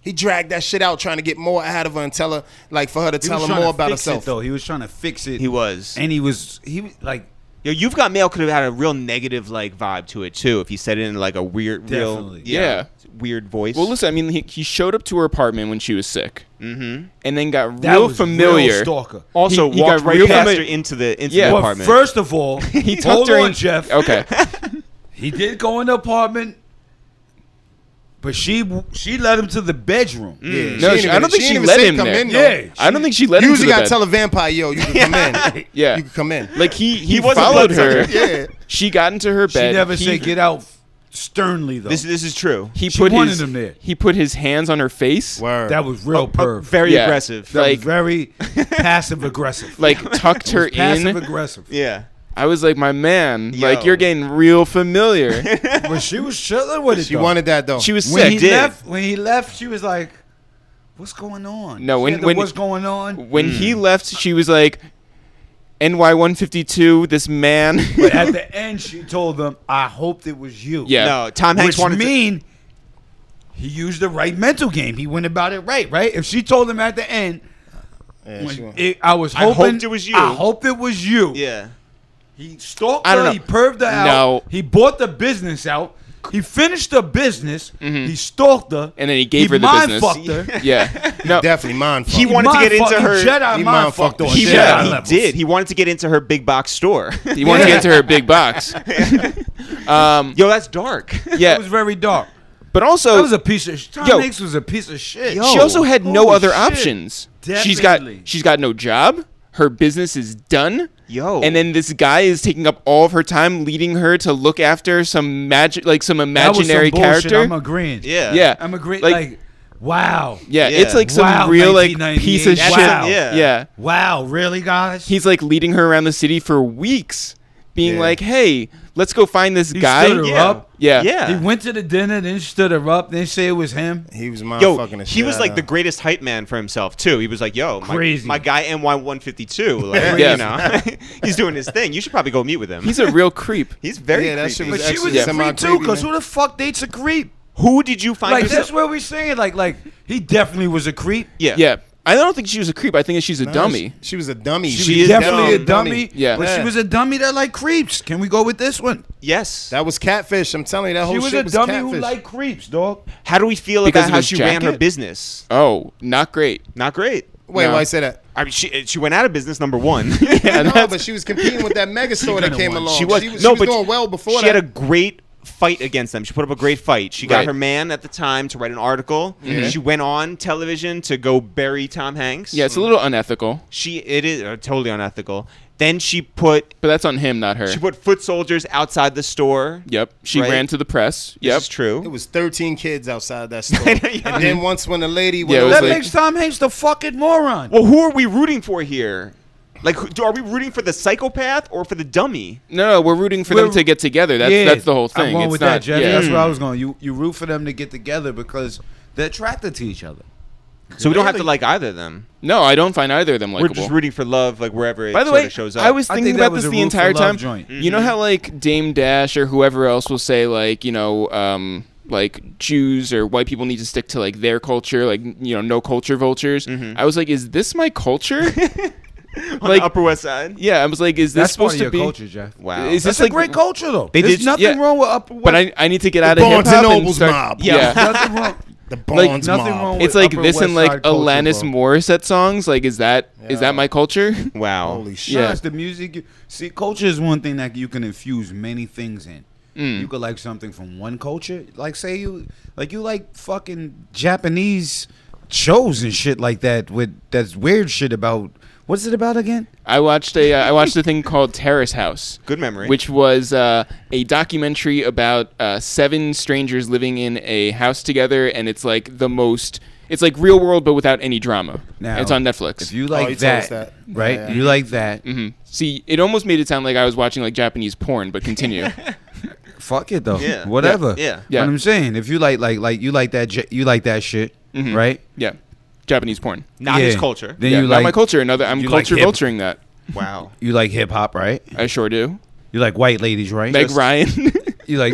He dragged that shit out trying to get more out of her and tell her like for her to He tell her was trying more to about fix herself. It, though he was trying to fix it. He was. and he was he was like Yo, you've got mail could have had a real negative like vibe to it too if he said it in like a weird, real, Definitely. Yeah. weird voice. Well, listen. I mean, he, he showed up to her apartment when she was sick, mm-hmm. and then got That real was real familiar. stalker. also he, he walked got right real past her familiar- into the into Yeah. the Well, apartment. <laughs> First of all, He Oh. tucked hold her in- on, Jeff. Okay. He did go in the apartment, but she she led him to the bedroom. She No, ain't she- even- I don't think she she ain't even let say him come there. in, though. Yeah. I don't think she let him You to usually the gotta bed. tell a vampire, yo, you can come in. Yeah. You can come in. Like he he, wasn't followed blood her. yeah. She got into her She bed. never he, said get out. sternly though. This this is true. He She put wanted his him there. he put his hands on her face, Word. that was real perv. Very Yeah. aggressive. that like- was very <laughs> passive aggressive. <laughs> like tucked her passive in. aggressive. yeah. I was like, my man, like Yo. you're getting real <laughs> familiar. <laughs> But she was chilling with it. She though. wanted that though. She was when sick. he Did. left. When he left, she was like, "What's going on?" No, She when- had the when- what's going on? when he left, she was like, NY 152. This <laughs> man. <laughs> But at the end, she told them, "I hoped it was you." Yeah. No, Tom Hanks which wanted to. mean he used the right mental game. He went about it right, right? If she told him at the end, Yeah, when she wa- it- I was I hoping hoped it was you. I hoped it was you. Yeah. He stalked I her. don't know. He perved her out. No. He bought the business out. He finished the business. He stalked her. Mm-hmm. and then he gave He her the business. <laughs> mind-fucked her. <laughs> Yeah. No. definitely mine. He wanted to get Mind-fucked- into her. He Jedi He mind mind-fucked fucked her. her. on He, Jedi yeah, he levels. did. He wanted to get into her big box store. <laughs> He wanted to get into her big <laughs> box. um, Yo, that's dark. <laughs> yeah. It was very dark. but That also, was a piece of. Tom Yo. Hanks was a piece of shit. she also had no Holy other shit. options. She's got Definitely. she's got no job. Her business is done. Yo. And then this guy is taking up all of her time, leading her to look after some magic, like some That was some imaginary bullshit. character. I'm agreeing. Yeah. yeah. I'm agreeing. Like- Like, wow. yeah, Yeah. It's like some Wow, real like piece of 1998. shit. Wow. Yeah. yeah. Wow. Really, guys? He's like leading her around the city for weeks, being Yeah. like, "Hey, let's go find this He guy." stood her Yeah. up. Yeah. Yeah. He went to the dinner, then stood her up, then say it was him. He was mind Yo, fucking the he shit was out like of the her. greatest hype man for himself too. He was like, "Yo, my, Crazy. my guy NY152, like, Yeah. you know, <laughs> he's doing his thing. You should probably go meet with him. He's a real <laughs> creep. He's very Yeah, that creepy. shit was But she was actually a creep too, semi-creepy, because man. who the fuck dates a creep? Who did you find? Like that's yourself- where we saying like like he definitely was a creep. yeah, Yeah. I don't think she was a creep. I think that she's a dummy. She, she was a dummy. She is definitely dumb. a dummy. Yeah. but she Yeah. was a dummy that like creeps. Can we go with this one? Yes. That was catfish. I'm telling you, that whole She Oh, was shit a was dummy catfish. who liked creeps, dog. how do we feel Because about of how his she ran jacket? her business? Oh, not great. Not great. Wait, No. why I say that? I mean, she she went out of business. Number one. Yeah, no, that's- but she was competing with that mega store that could've came won. along. she Oh, was she was, no, she was but doing well before she that. had a great fight against them. She put up a great fight. She got Right. Mm-hmm. her man at the time to write an article. She went on television to go bury Tom Hanks. yeah, it's a little unethical. she it is uh, totally unethical. Then she put But that's on him, not her. she put foot soldiers outside the store. Yep. She Right. ran to the press. This Yep. is true. it was 13 kids outside that store. Yeah. And then once when the lady Yeah, went it was That over, like- makes Tom Hanks the fucking moron. Well, who are we rooting for here? Like, who- do, are we rooting for the psychopath or for the dummy? No, no, we're rooting for them We're- to get together. That's Yeah, that's the whole thing. I'm going it's with not, that, Jeff. yeah. Hmm. That's where I was going. You you root for them to get together because they're attracted to each other. So we don't have to Really? like either of them. No, I don't find either of them We're likable. just rooting for love, like wherever it By the sort way, of shows up. I was I thinking think that about was this a the rule entire for love time. joint. Mm-hmm. You know how like Dame Dash or whoever else will say like you know um, like Jews or white people need to stick to like their culture, like you know no culture vultures. Mm-hmm. I was like, is this my <laughs> culture? <laughs> on like- the Upper West Side. yeah, I was like, is this That's part supposed of your to be? culture, Jeff. Wow. Is That's this a like great culture though. They There's did- nothing yeah. wrong with upper. But <laughs> I, I need to get out of hip Barnes hop and and Noble's start. mob. Yeah, <laughs> nothing wrong. the Bonds nothing mob. wrong with- it's like Upper this West and like Side culture, Alanis bro. Morissette songs. Like, is that is Yeah. that my culture? Wow. Holy <laughs> shit. Yeah. Yeah, it's the music. You, see, culture is one thing that you can infuse many things in. Mm. You could like something from one culture, like say you like you like fucking Japanese shows and shit like that. With that's weird shit about what's it about again? I watched a uh, I watched a thing called Terrace House. Good memory. Which was uh, a documentary about uh, seven strangers living in a house together, and it's like the most. It's like real world, but without any drama. Now, it's on Netflix. If you like you Oh, told us that, that. right? Yeah, yeah. You like that? Mhm. See, it almost made it sound like I was watching like Japanese porn, but continue. <laughs> Fuck it though. Yeah. Whatever. Yeah. Yeah. Yeah. What I'm saying, if you like like like you like that j- you like that shit, Mm-hmm. right? yeah, Japanese porn. Not Yeah. his culture. Then yeah, you not like my culture. Another, I'm you like culture hip- vulturing that. Wow. You like hip hop, right? I sure do. You like white ladies, right? Meg <laughs> Ryan. You like,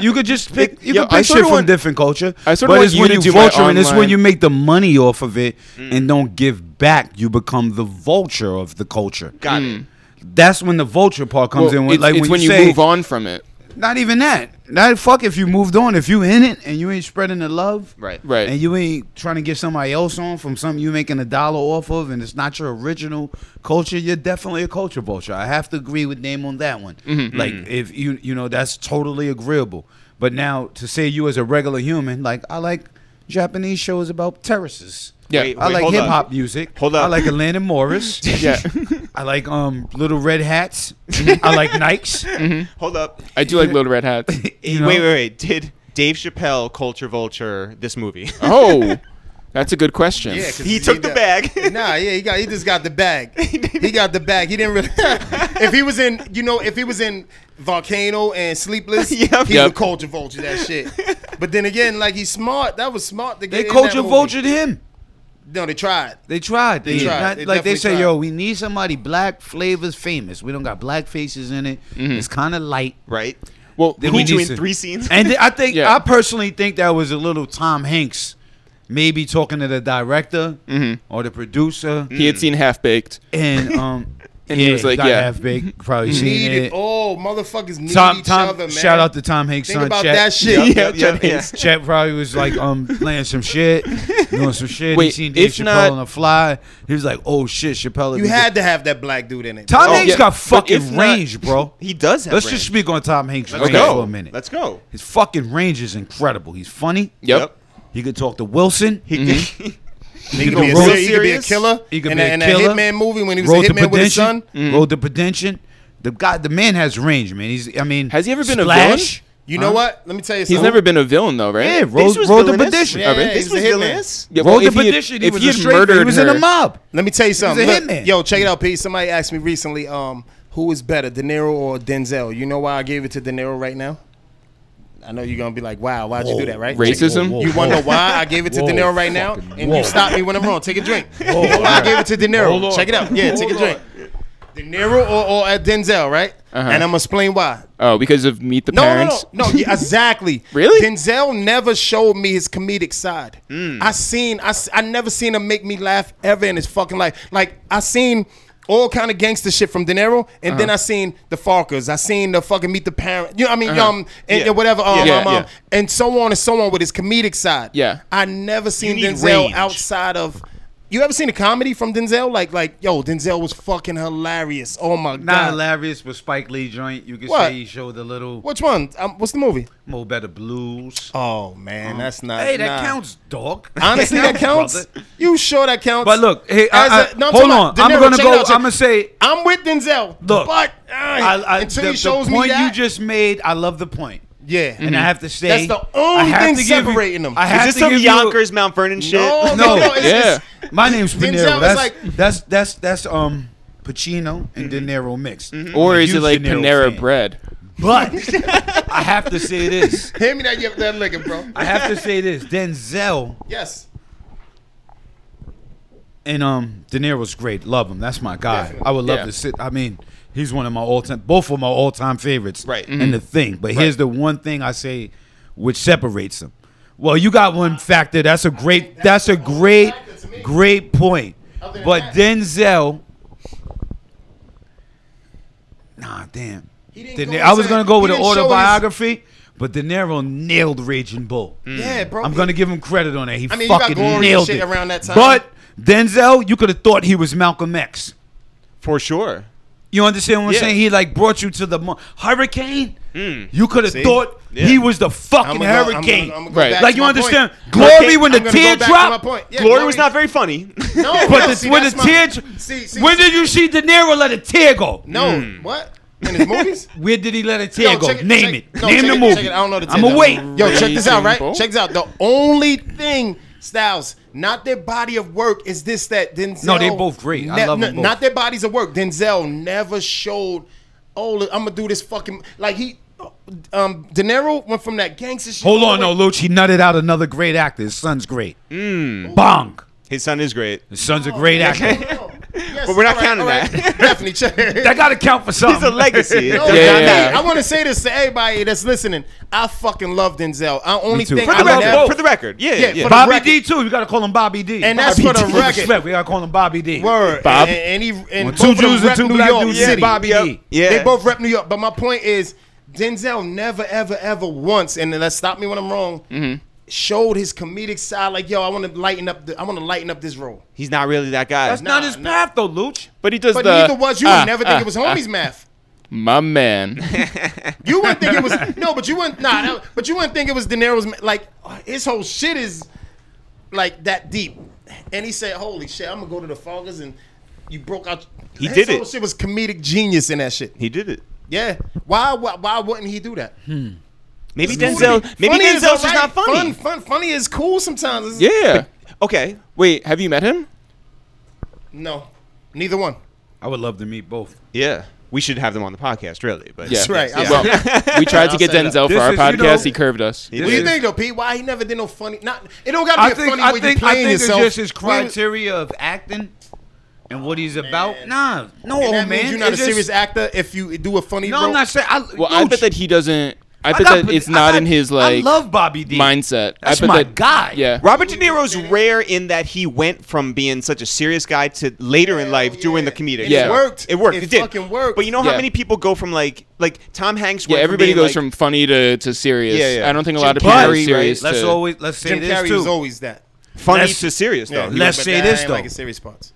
<laughs> You could just pick. You Yeah, could I pick sorta shit from want- different culture. I sorta but want it's you when to it's do my vulture, and it's when online- Mm. you make the money off of it and don't give back. You become the vulture of the culture. Got it. That's when the vulture part comes Well, in. it's With, like it's when you, say, move on from it. Not even that. Not fuck if you moved on. If you in it and you ain't spreading the love, Right. Right. and you ain't trying to get somebody else on from something you making a dollar off of, and it's not your original culture, you're definitely a culture vulture. I have to agree with Name on that one. Like if you you know that's totally agreeable. But now to say you as a regular human, like I like Japanese shows about terraces. Yeah. Wait, I wait, like hold hip up. hop music. Hold I up. like Alanis Morris. <laughs> Yeah, I like um little red hats. I like Nikes. Mm-hmm. Hold up. I do like Little Red <laughs> Hats. You know? Wait, wait, wait. Did Dave Chappelle culture vulture this movie? Uh-huh. Oh, that's a good question. <laughs> Yeah, 'cause he took the got- bag. <laughs> Nah, yeah, he got he just got the <laughs> bag. he got the bag. He didn't really. <laughs> if he was in, you know, if he was in Volcano and Sleepless, <laughs> Yep. he Yep. would culture vulture that shit. But then again, like he's smart. That was smart. To get in They that culture movie. vultured him. No, they tried. They tried. They, tried. not- They like they definitely say, tried. yo, we need somebody black flavors famous. We don't got black faces in it. Mm-hmm. It's kind of light. <laughs> right. Well, Then Who we did you need in to- three scenes? <laughs> And I think Yeah. I personally think that was a little Tom Hanks, maybe talking to the director Mm-hmm. or the producer, he had seen Half Baked. <laughs> and um, And he was like, got yeah. half baked, probably seen Mm-hmm. Needed. it. Oh, motherfuckers need Tom, each Tom, other, man. shout out to Tom Hanks' Think son, about Chet. <laughs> that shit. Yeah, Yep, yep, Chet Hanks. Chet probably was like um playing some shit, doing some shit. he Wait, seen Dave if Chappelle not- on the fly. He was like, "Oh shit, Chappelle." You had to have that black dude in it. Tom Oh, Hanks yeah, got but fucking if not- <laughs> range, bro. He does have Let's range. just speak on Tom Hanks Let's range go. for a minute. Let's go. His fucking range is incredible. He's funny. Yep. Yep. He could talk to Wilson. He, <laughs> He could, could be a, he roll- could be a serious. killer. he could in be that, a in killer. that hitman movie when he was Rode a the hitman with his Pretension. son. Mm-hmm. Rode the Pretension. The guy, the man has range, man. He's, I mean, Has he ever been a Splash. You know what? Let me tell you something. He's never been a villain though, right? Yeah, This rode, was rode the villainous? Petition. Yeah, yeah, This he's a was hitman. villainous. Yeah, well, Rode the if he had- Petition. He if was he a had straight man. He murdered was in a her- mob. Let me tell you something. Look, hitman. yo, check it out, Pete. Somebody asked me recently, um, who is better, De Niro or Denzel? You know why I gave it to De Niro right now? I know you're gonna be like, wow, why'd you do that, right? Racist. Racism? Whoa, whoa, You whoa. wonder why I gave it to Whoa, De Niro right now, fucking and whoa. you stop me when I'm wrong. Take a drink. <laughs> Whoa, You know why I alright. gave it to De Hold Niro. on. Check it out. Yeah, take a Hold on. drink. De Niro or, or at Denzel, right? Uh-huh. And I'm gonna explain why. Oh, because of Meet the No, Parents. no, no, no, yeah, exactly. Really? Hmm. Denzel never showed me his comedic side. I seen, I, s- I never seen him make me laugh ever in his fucking life. Like I seen all kind of gangster shit from De Niro, and Uh-huh. then I seen the Farkas, I seen the fucking Meet the Parent, you know, what I mean, um, and, Yeah. and whatever, um, Uh-huh. Yeah, um, um, yeah. and so on and so on with his comedic side. Yeah. I never seen need Denzel range. outside of. You ever seen a comedy from Denzel? Like, like, yo, Denzel was fucking hilarious. Oh my Not god. hilarious, but Spike Lee joint. You could What? say he showed a little Which one? Um, what's the movie? more better blues. Oh man, that's Uh, not. Mm. hey, that nah. counts, <laughs> dog. Honestly, that counts. brother. You sure that counts? But look, hey, I, As I, a- no, I'm hold talking on. about De I'm Niro, gonna check go. it out, check- I'm gonna say. I'm with Denzel. Look, but uh, I, I, until the, he shows the point me that, you just made, I love the point. yeah. And I have to That's say, the I only have thing to give you- separating them. I Is Is have this to some give you- Yonkers Mount Vernon shit? no, No. no, no, <laughs> it's Yeah. just- My name's Denzel Pinero. is That's, like- that's that's that's um Pacino and De Niro mixed. Mm-hmm. Or I'm a is it huge like De Niro Panera fan. Bread? <laughs> But I have to say this. hand me that, yeah, that liquor, bro. I have to <laughs> say this. Denzel yes. and um De Niro's great. Love him. That's my guy. I would love Yeah. to sit. I mean, he's one of my all time. Both of my all time favorites. Right. Mm-hmm. And the thing, but here's the one thing I say, which separates them. Well, you got one factor. That's a great. That's a great, factor to me. great point. Other than But that- Denzel. Nah, damn. He didn't De go Ni- I was inside- gonna go he with an didn't show his- autobiography, but De Niro nailed Raging Bull. Yeah, bro. Mm. I'm gonna give him credit on that. He mean, you got fucking glory and nailed shit it around that time. But Denzel, you could have thought he was Malcolm X. <laughs> For sure. You understand what I'm Yeah. saying? He like brought you to the mo- hurricane. You could have thought he was the fucking Hmm. I'ma go- I'ma- hurricane. I'ma go Right. back like to you my understand? point. Glory Okay, when I'm the gonna tear go back to my drop. point. Yeah, Glory was not very funny. <laughs> No, <laughs> But no, <laughs> the, see, when the that's my- tear, See, see, when see. did you see De Niro let a tear go? No, Mm. what? In his movies? Where did he let a tear Yo, go? check it- Name check- it. no, Name check the it- movie. check it. I don't know the I'm title. awake. Yo, check this out, right? Raging Bull. Check this out. The only thing, Styles, not their body of work, is this that Denzel. No, they both great. I love them both. Not their bodies of work. Denzel never showed. Oh, look, I'm gonna do this fucking like he. Um, De Niro went from that gangster shit. Hold all on, the no, way- Luch. He nutted out another great actor. His son's great. Hmm. Bong. His son is great. His son's a great Oh, actor. No, yes, But we're not all right, counting all right. <laughs> that. Definitely check. That gotta count for something. It's a <laughs> <laughs> legacy. No, yeah, yeah, I, yeah. want to say this to everybody that's listening. I fucking love Denzel. I only too. think For For I the love record. both. For the record. Yeah, Yeah, yeah. for the- Bobby record. D too. We gotta call him Bobby D. And Bobby that's for the D. record. Respect. We gotta call him Bobby D. Word. Bob. And, and he and Two both of them Jews and rep two New black York dudes City. said Bobby Yep. D. Yeah. They both rep New York. But my point is, Denzel never, ever, ever once, and let's stop me when I'm wrong, showed his comedic side. Like, yo, I want to lighten up. The, I want to lighten up this role. He's not really that guy. That's not his path though, Luch. But he does But the. neither was you. ah, would never think ah, it was ah. homies math. My <laughs> man. You wouldn't think it was no, but you wouldn't nah. that- but you wouldn't think it was De Niro's ma- like his whole shit is like that deep. and he said, "Holy shit, I'm gonna go to the Foggers," and you broke out. He His did whole it. Shit was comedic genius in that shit. He did it. Yeah. Why? Why, why wouldn't he do that? Hmm. Maybe Funny- Denzel. Maybe funny is Denzel's just alright. not funny. Fun, fun, funny is cool sometimes. It's- Yeah. Okay. Wait, have you met him? No, neither one. I would love to meet both. Yeah. We should have them on the podcast, really. But Yeah. That's right. I Yeah. love it. <laughs> We tried to I'll get say that. Denzel for This our is, you podcast. know- he curved us. What do you is- think though, Pete? Why he never did no funny? Not it don't gotta be I a think funny I way think you I playing think it's yourself. just his We- criteria of acting and what he's about. Nah, no, and that Oh, man. means you're not a it's just- serious actor if you do a funny. No, role. I'm not saying. I, Well, no, I bet sh- that he doesn't. I bet got- that it's not I- in his I like love Bobby D. mindset. I That's bet my that- guy. Yeah. Robert De Niro's rare in that he went from being such a serious guy to later in life doing the comedic. And Yeah. it worked. It worked. It, It, did. fucking worked. But you know how Yeah. many people go from like like Tom Hanks. Yeah, went everybody from being, goes like- from funny to, to serious. Yeah, yeah. I don't think a Jim lot of people But are serious. let's to, always let's say Jim this Carrey too. was always that. funny Let's- to serious though. Yeah, He let's but say that this, ain't though. Like his serious parts.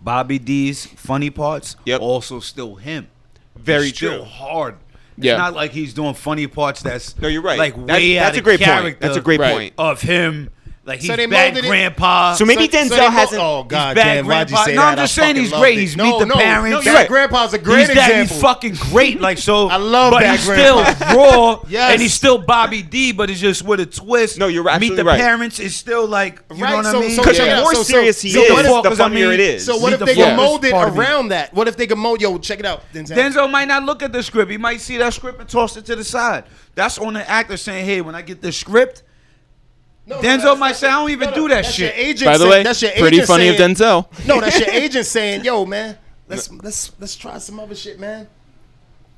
Bobby D's funny parts Yep. also still him. Very It's still true. hard. Yeah. It's not like he's doing funny parts that's No, you're right. Like That- way that's out a of great point. character That's a great Right. point. of him. Like he's they bad molded it- grandpa. So Maybe Denzel they mo- hasn't- Oh God, bad damn! Why'd you grandpa. say No, that? I'm just I saying he's fucking great. loved He's it. meet no, the no, parents. No, You're bad right. grandpa's a great he's that example. he's fucking <laughs> great. Like so, I love but Bad he's still raw. <laughs> Yes. and he's still Bobby D, but it's just with a twist. No, you're Meet absolutely the right. parents is still like you know what I mean. Because Oh, Yeah, the yeah. more So- so- serious he so is, what if- the because, I funnier mean- it is. So what Meet if the they fuck. can mold it Part of it. around that? What if they can mold? Yo, check it out. Denzel. Denzel might not look at the script. He might see that script and toss it to the side. That's on the actor saying, "Hey, when I get the script, No, no, Denzel that's- might say, "I don't even no, no, do that that's shit." Your agent By the saying- way, that's your pretty agent funny of saying- Denzel. No, that's your agent saying, "Yo, man, let's let's let's try some other shit, man."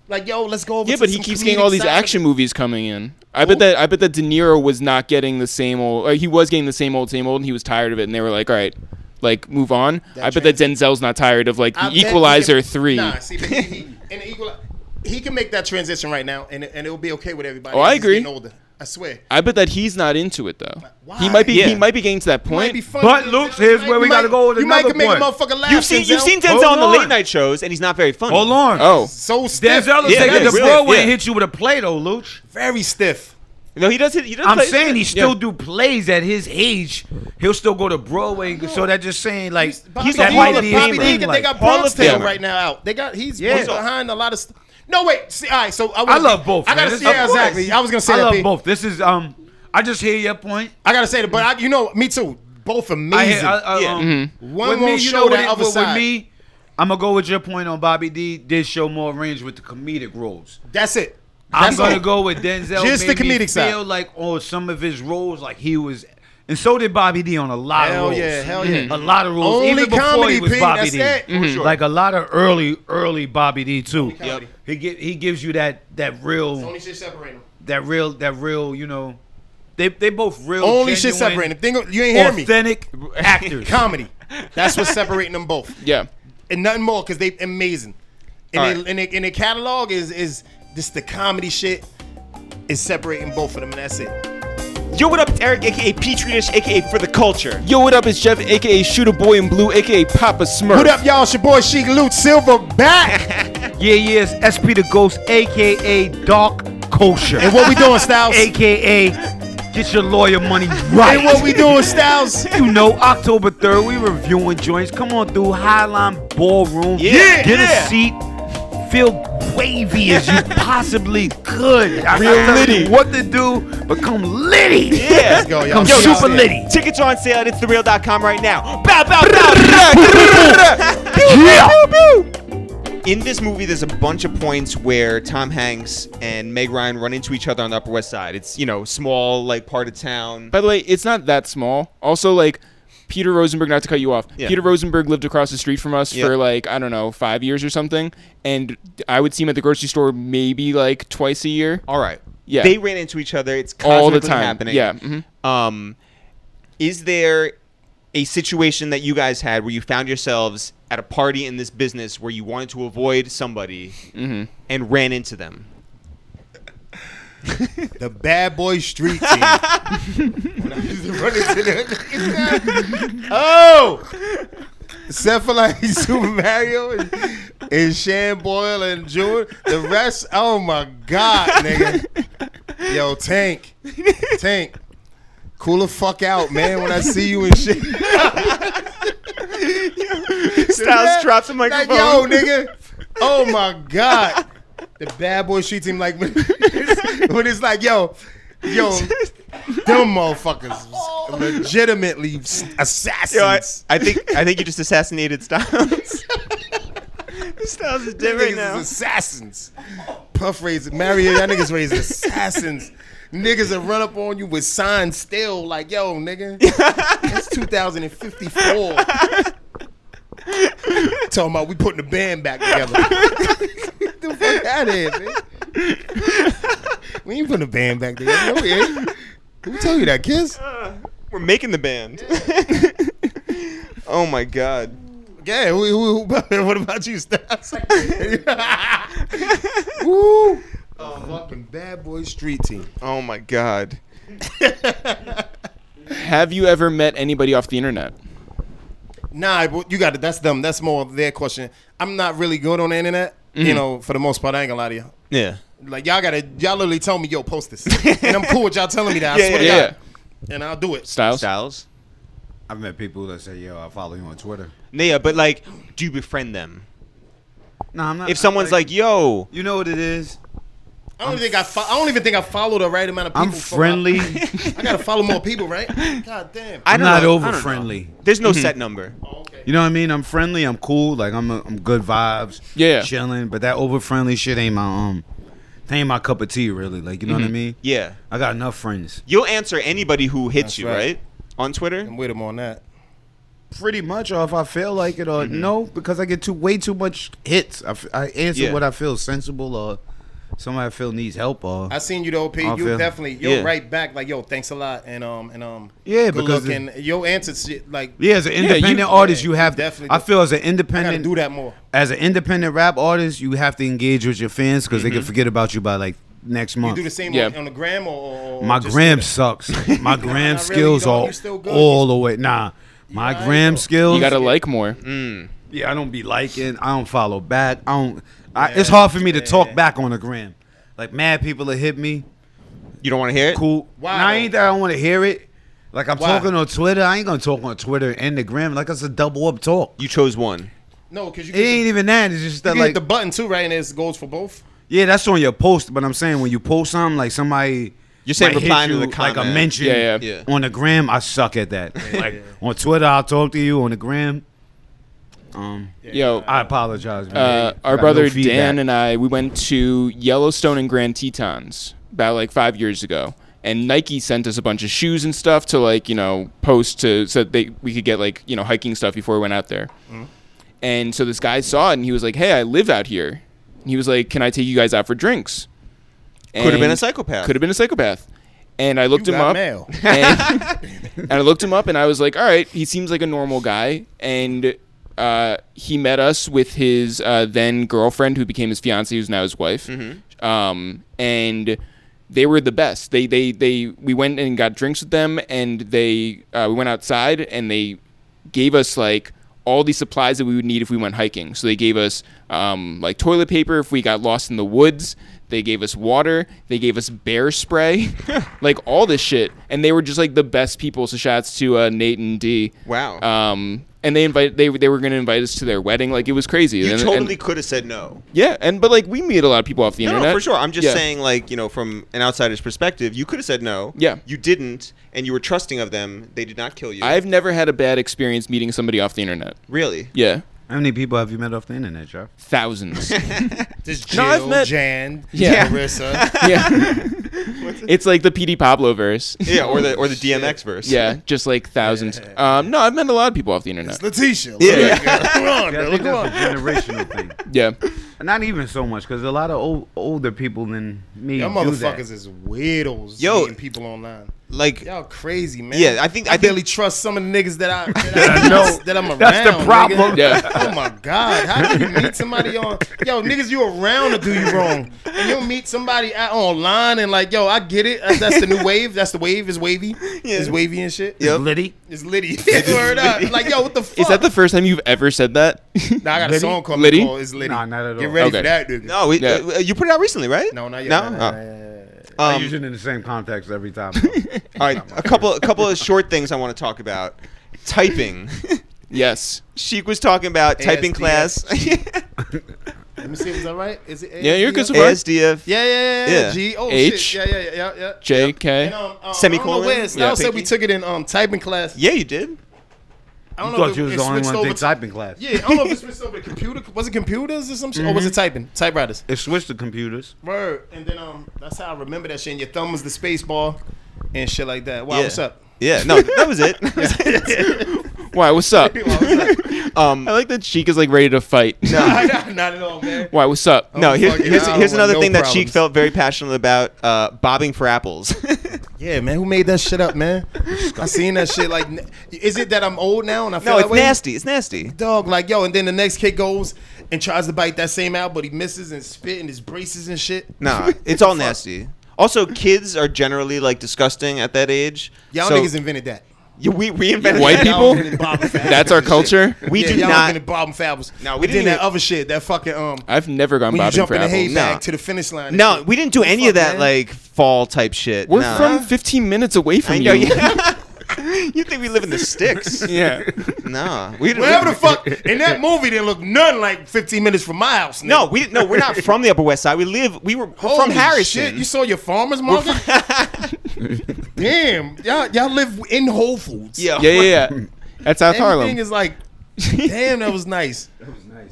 Like, yo, let's go. Over Yeah, to but he some keeps getting comedic all these side of action it. movies coming in. I bet that I bet that De Niro was not getting the same old. Or he was getting the same old, same old, and he was tired of it. And they were like, "All right, like move on." I bet that Denzel's not tired of like I the bet he can- Equalizer three. Nah, see, but he, <laughs> he, in the equali- he can make that transition right now, and and it'll be okay with everybody. Oh, I He's agree. getting Older, I swear. I bet that he's not into it though. Why? He might be. Yeah. He might be getting to that point. Might be funny. But, Luke, here's where we You might- gotta go with You might another can make a point. motherfucker laugh. You've seen you've Denzel. seen Denzel on the Hold late on. night shows, and he's not very funny. hold on." oh, so stiff. Denzel will Yeah, take yeah, the really, Broadway yeah. and hit you with a play though, Luch. very stiff. No, he doesn't. He doesn't I'm play- saying he still Yeah. do plays at his age. He's- He'll still go to Broadway. So that just saying like Bobby that D, might look, be Bobby his D, thing, they like- got all of Bronx Tale them. right now out. They got he's, Yeah. he's behind a lot of. St- no wait, see, all right. So I, wanna- I love both. I gotta man. see yeah, Of course. exactly. I was gonna say I that. love Pete. both. This is um, I just hear your point. I gotta say that, but I, you know, me too. Both I, amazing. hear- I, I, Yeah. Mm-hmm. um, One with won't me, you show know what the it- other with, with side. me, I'm gonna go with your point on Bobby D. Did show more range with the comedic roles. That's it. I'm That's gonna it. go with Denzel. Just the made me comedic side. Feel like on some of his roles, like he was, and so did Bobby D on a lot Hell of roles. yeah, hell yeah. a lot of roles. Only Even before comedy, he was Pete, Bobby that's D, Mm-hmm. it. For sure. like a lot of early, early Bobby D too. comedy. He get, he gives you that that real, Only shit separating them. that real, that real. You know, they they both real. Only shit separating genuine, them. Think of- you ain't hear me. Authentic actors. Comedy. That's <laughs> what's separating them both. yeah. and nothing more because they amazing. And, All they, and, they, and their catalog is is just the comedy shit is separating both of them, and that's it. Yo, what up, it's Eric, aka Petri Dish, aka For the <laughs> Culture. Yo, what up? It's Jeff, aka Shooter Boy in Blue, aka Papa Smurf. What up, y'all? It's your boy Sheik Loot Silver back. Yeah, yeah, it's SP the Ghost, aka Dark Kosher, and what we doing, Styles? <laughs> and aka Get Your Lawyer Money Right. what we doing, Styles? you know, October 3rd, we reviewing joints. Come on through Highline Ballroom. Yeah, Get yeah. a seat. Feel wavy as you possibly could. I Real can't tell you litty. What to do, become litty. <laughs> Yeah. Yo, Oh, y'all. Become Yo, super y'all. litty. Tickets are on sale at itsthereal.com right now. Bow, bow, bow. In this movie, there's a bunch of points where Tom Hanks and Meg Ryan run into each other on the Upper West Side. It's you know small like part of town. By the way, it's not that small. Also, like Peter Rosenberg, not to cut you off. Yeah. Peter Rosenberg lived across the street from us Yeah. for like I don't know five years or something, and I would see him at the grocery store maybe like twice a year. All right. Yeah. They ran into each other. It's All the constantly time. happening. Yeah, mhm. Um, is there a situation that you guys had where you found yourselves at a party in this business where you wanted to avoid somebody Mm-hmm. and ran into them? The bad boy street team. When I used to run into them. <laughs> oh! Except for like <laughs> Super Mario and, and Shan Boyle and June. The rest, oh my God, nigga. Yo, Tank. Tank. Cool the fuck out, man. When I see you and shit. <laughs> Styles drops the Like, microphone. yo, nigga. Oh my god. The bad boy shoots him like <laughs> when it's, when it's like, yo, yo, them motherfuckers was legitimately assassins. Yo, I, I think I think you just assassinated Styles. Styles is dead Them niggas right now. is assassins. Puff raised Mario, y'all niggas raised assassins. Niggas that run up on you with signs still, like, yo, nigga, it's 2054. Talking about we putting the band back together. Get the fuck out of here, man. we ain't putting the band back together. No, we ain't. Who told you that, kids? <laughs> We're making the <laughs> band. <laughs> oh my god. Yeah, who, who, who, <laughs> what about you, Stas? <laughs> Woo! Oh, fucking bad boy street team. Oh my god. Have you ever met anybody off the internet? Nah, but you got it. That's them. That's more of their question. I'm not really good on the internet. You know, for the most part, I ain't gonna lie to you. Yeah. Like y'all gotta, y'all literally tell me, yo, post this, and I'm cool with y'all telling me that. I Yeah, swear yeah, to Yeah. God, and I'll do it. Styles? Styles. I've met people that say, "Yo, I follow you on Twitter." Yeah, but like, do you befriend them? No, I'm not. If someone's like, yo, you know what it is? I don't think I, fo- I don't even think I follow the right amount of people. I'm <laughs> friendly. I gotta follow more people, right? God damn. I I'm don't not know- I over don't know. friendly. There's no set number. okay. You know what I mean? I'm friendly. I'm cool. Like I'm, a, I'm good vibes. Yeah. chilling. But that over friendly shit ain't my um, that ain't my cup of tea really. Like you know what Mm-hmm. I mean? Yeah. I got enough friends. You'll answer anybody who hits That's you, right. right. On Twitter? I'm with him on that. Pretty much, or if I feel like it, or Mm-hmm. no, because I get too way too much hits. I, f- I answer Yeah. what I feel sensible, or somebody I feel needs help, or I seen you though, P. I You feel- definitely, you're Yeah. right back. Like, yo, thanks a lot, and um, and um, Yeah, good because look, and your answers, shit, like, yeah, as an independent you- artist, yeah, you have definitely I do. feel as an I gotta independent do that more. as an independent rap artist, you have to engage with your fans because they can forget about you by like next Mm-hmm. You month. do the same Yeah. on, on the gram or, or or My just <laughs> gram Twitter? sucks. My gram not really, skills dog. You are still good. all the way. Nah, my alright, gram though. skills. You gotta like more. Mm. yeah, I don't be liking. I don't follow back. I don't. I, it's hard for me to talk back on the gram. Like mad people that hit me. You don't want to hear it? Cool. Why Nah, though? ain't that I want to hear it. Like I'm Why? talking on Twitter. I ain't gonna talk on Twitter and the gram. Like it's a double up talk. You chose one. No, because you It ain't can even that. It's just that like like the button too, right? And it goes for both. Yeah, that's on your post, but I'm saying when you post something, like somebody You're saying might hit replying to you, the like a comment. mention Yeah, yeah. on the gram. I suck at that. like on Twitter, I'll talk to you on the gram. Um, Yo, I apologize. Man. uh, I our got brother no feedback. Dan and I, we went to Yellowstone and Grand Tetons about like five years ago, and Nike sent us a bunch of shoes and stuff to like you know post to so that they we could get like you know hiking stuff before we went out there. And so this guy saw it and he was like, "Hey, I live out here." And he was like, "Can I take you guys out for drinks?" Could have been a And- psychopath. Could have been a psychopath. And I looked You him got up. <laughs> mail. and, <laughs> and I looked him up and I was like, all right, he seems like a normal guy. And uh, he met us with his uh, then girlfriend, who became his fiance, who's now his wife. Um, and they were the best. They, they, they, we went and got drinks with them, and they, uh, we went outside and they gave us like all the supplies that we would need if we went hiking. So they gave us um, like toilet paper if we got lost in the woods. They gave us water. They gave us bear <laughs> spray, <laughs> like all this shit. And they were just like the best people. So shouts to uh, Nate and D. Wow. Um, and they invite they they were gonna invite us to their wedding. Like it was crazy. you And- and- totally could have said no. yeah. And but like we meet a lot of people off the No, internet. no, for sure. I'm just Yeah. saying, like, you know, from an outsider's perspective, you could have said no. Yeah. You didn't, and you were trusting of them. They did not kill you. I've never had a bad experience meeting somebody off the internet. really. Yeah. How many people have you met off the internet, Joe? <laughs> Thousands. This Jill, No, I've met- Jan, Yeah. Marissa. <laughs> yeah. it's like the PD Pablo verse. Yeah, or the or the DMX verse. <laughs> Yeah, just like thousands. Um, no, I've met a lot of people off the internet. It's Letitia. Yeah. Come on, <laughs> Yeah, I bro. think Come on. that's a generational <laughs> thing. <laughs> Yeah, Not even so much because a lot of old, older people than me Y'all do that. motherfuckers is weirdos. Yo. meeting people online. Like, Y'all crazy, man. Yeah, I think- I I, think- barely trust some of the niggas that <laughs> I that I I know. know that I'm around. That's the nigga. <laughs> problem. Yeah. Oh my god, how do you meet somebody on? Yo, niggas, you around to do you wrong, and you'll meet somebody out online and like, yo, I get it. That's, that's the new wave. That's the wave. Is wavy. Is wavy and shit. Yep. Liddy. It's Liddy. <laughs> Word up. Like, yo, what the fuck? is that the first time you've ever said <laughs> that? Nah, I got a Liddy? song called Liddy? called It's Liddy. Nah, not at all. Get ready Okay. for that, nigga. no, we, Yeah. uh, you put it out recently, right? no, not yet. No. No, no, Oh. no, no, no, no. I Um, use it in the same context every <laughs> time. All right, a couple a couple of short things I want to talk about. Typing. <laughs> Yes. Sheik was talking about typing class. <laughs> Let me see if it's all right. Is it? Yeah, you're good so far. ASDF. Yeah, yeah, yeah, Yeah. yeah. G. Oh H. shit. Yeah, yeah, yeah, yeah. yeah. J K. And, um, um, I Semicolon? don't know where Estelle Yeah. said we Pinky. took it in um, typing class. Yeah, you did. I don't I know thought if you it, was it the only switched one over to to- typing class. Yeah, I don't know if it switched over to computer. Was it computers or some shit, or was it typing? Typewriters. It switched to computers. Word. And then um, that's how I remember that shit. And your thumb was the space bar, and shit like that. Wow, yeah. Oh, what's up? <laughs> Yeah, no, that was it. <laughs> Why? What's up? um, I like that Sheik is like ready to fight. <laughs> no, Not at all, man. <laughs> Why? What's up? no here's, fucking here's, hell, here's another no thing that Sheik problems. felt very passionate about uh, bobbing for apples. <laughs> Yeah, man. Who made that shit up, man? I seen that shit. Like, is it that I'm old now and I feel no, that it's way? nasty. It's <laughs> nasty. Dog, like yo, and then the next kid goes and tries to bite that same out, but he misses and spit and his braces and shit. Nah, it's all nasty. Also, kids are generally like disgusting at that age. Y'all So- niggas invented that. Yeah, we we invented White that. people? <laughs> Y'all invented Bob and Fab. That's our culture. We Yeah, do y'all not. invented Bob and Fabbles. No, we we did didn't- Uh, that other shit. That fucking um. I've never gone when you bobbing jump for in the hay apples. No. bag to the finish line. and No, shit. we didn't do any fuck, of that man? like fall type shit. We're Nah. from 15 minutes away from I know. you. <laughs> Yeah. you think we live in the sticks? yeah. No, we didn't. Whatever <laughs> the fuck. And that movie didn't look nothing like 15 minutes from my house. Nigga. No, we didn't. No, we're not from the Upper West Side. We live. We were we're Holy from Harrison. Shit, <laughs> you saw your farmers market? Damn, y'all y'all live in Whole Foods. yeah. <laughs> Yeah, yeah, yeah. That's South Everything Harlem. is like, damn, that was nice.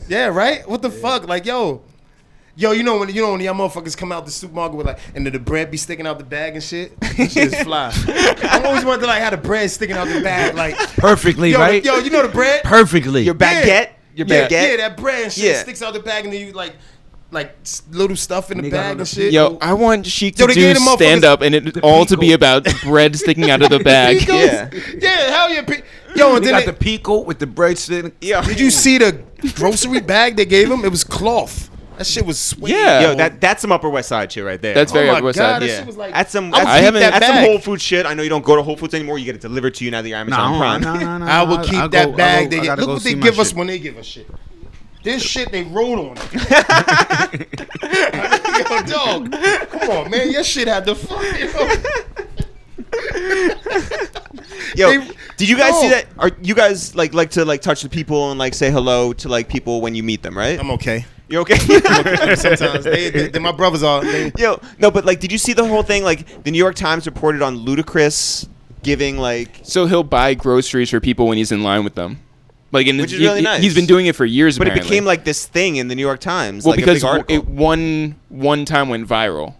Yeah, right? What the fuck? Like, yo. Yo, you know when you know when y'all motherfuckers come out the supermarket with like and the, the bread be sticking out the bag and shit? That shit is <laughs> fly. I always wondered like how the bread sticking out the bag, like <laughs> Perfectly, yo, right? yo, you know the bread? Perfectly. Your baguette. Your Yeah. baguette. Yeah, that bread and shit Yeah. sticks out the bag and then you like like s- little stuff in the Nigga, how bag the and shit. Yo, I want Sheik Yo, to they gave do them motherfuckers stand up and it all to be Pico. about bread sticking out of <laughs> the bag. Picos? Yeah. <laughs> Yeah, hell yeah. Pe- Yo, and they then got they- the pico with the breadstick. Yeah. did you see the grocery bag they gave him? It was cloth. That shit was sweet. Yeah. Yo, that that's some Upper West Side shit right there. That's Oh very my Upper West God, Side. that yeah. shit was like- that's some. I would That's, keep that that's some bag. Whole Foods shit. I know you don't go to Whole Foods anymore. You get it delivered to you now that you're Amazon No, no, Prime. no, no, no. I will I- keep Uh, I that go- I bag. go- they I get. gotta Look go what they see my give us shit. when they give us shit. This shit they wrote on it. Yo, <laughs> dog, come on, man. Your shit had the fuck. Yo, They- did you guys see No. that? Are you guys like like to like touch the people and like say hello to like people when you meet them? Right? I'm okay. you okay? <laughs> Sometimes they, they, they- my brothers are. They, Yo, no, but like, did you see the whole thing? Like, the New York Times reported on Ludacris giving like, So he'll buy groceries for people when he's in line with them. Like, and Which it- is really he- nice. He's been doing it for years. but apparently. it became like this thing in the New York Times. well like, because a big w- article. it one one time went viral.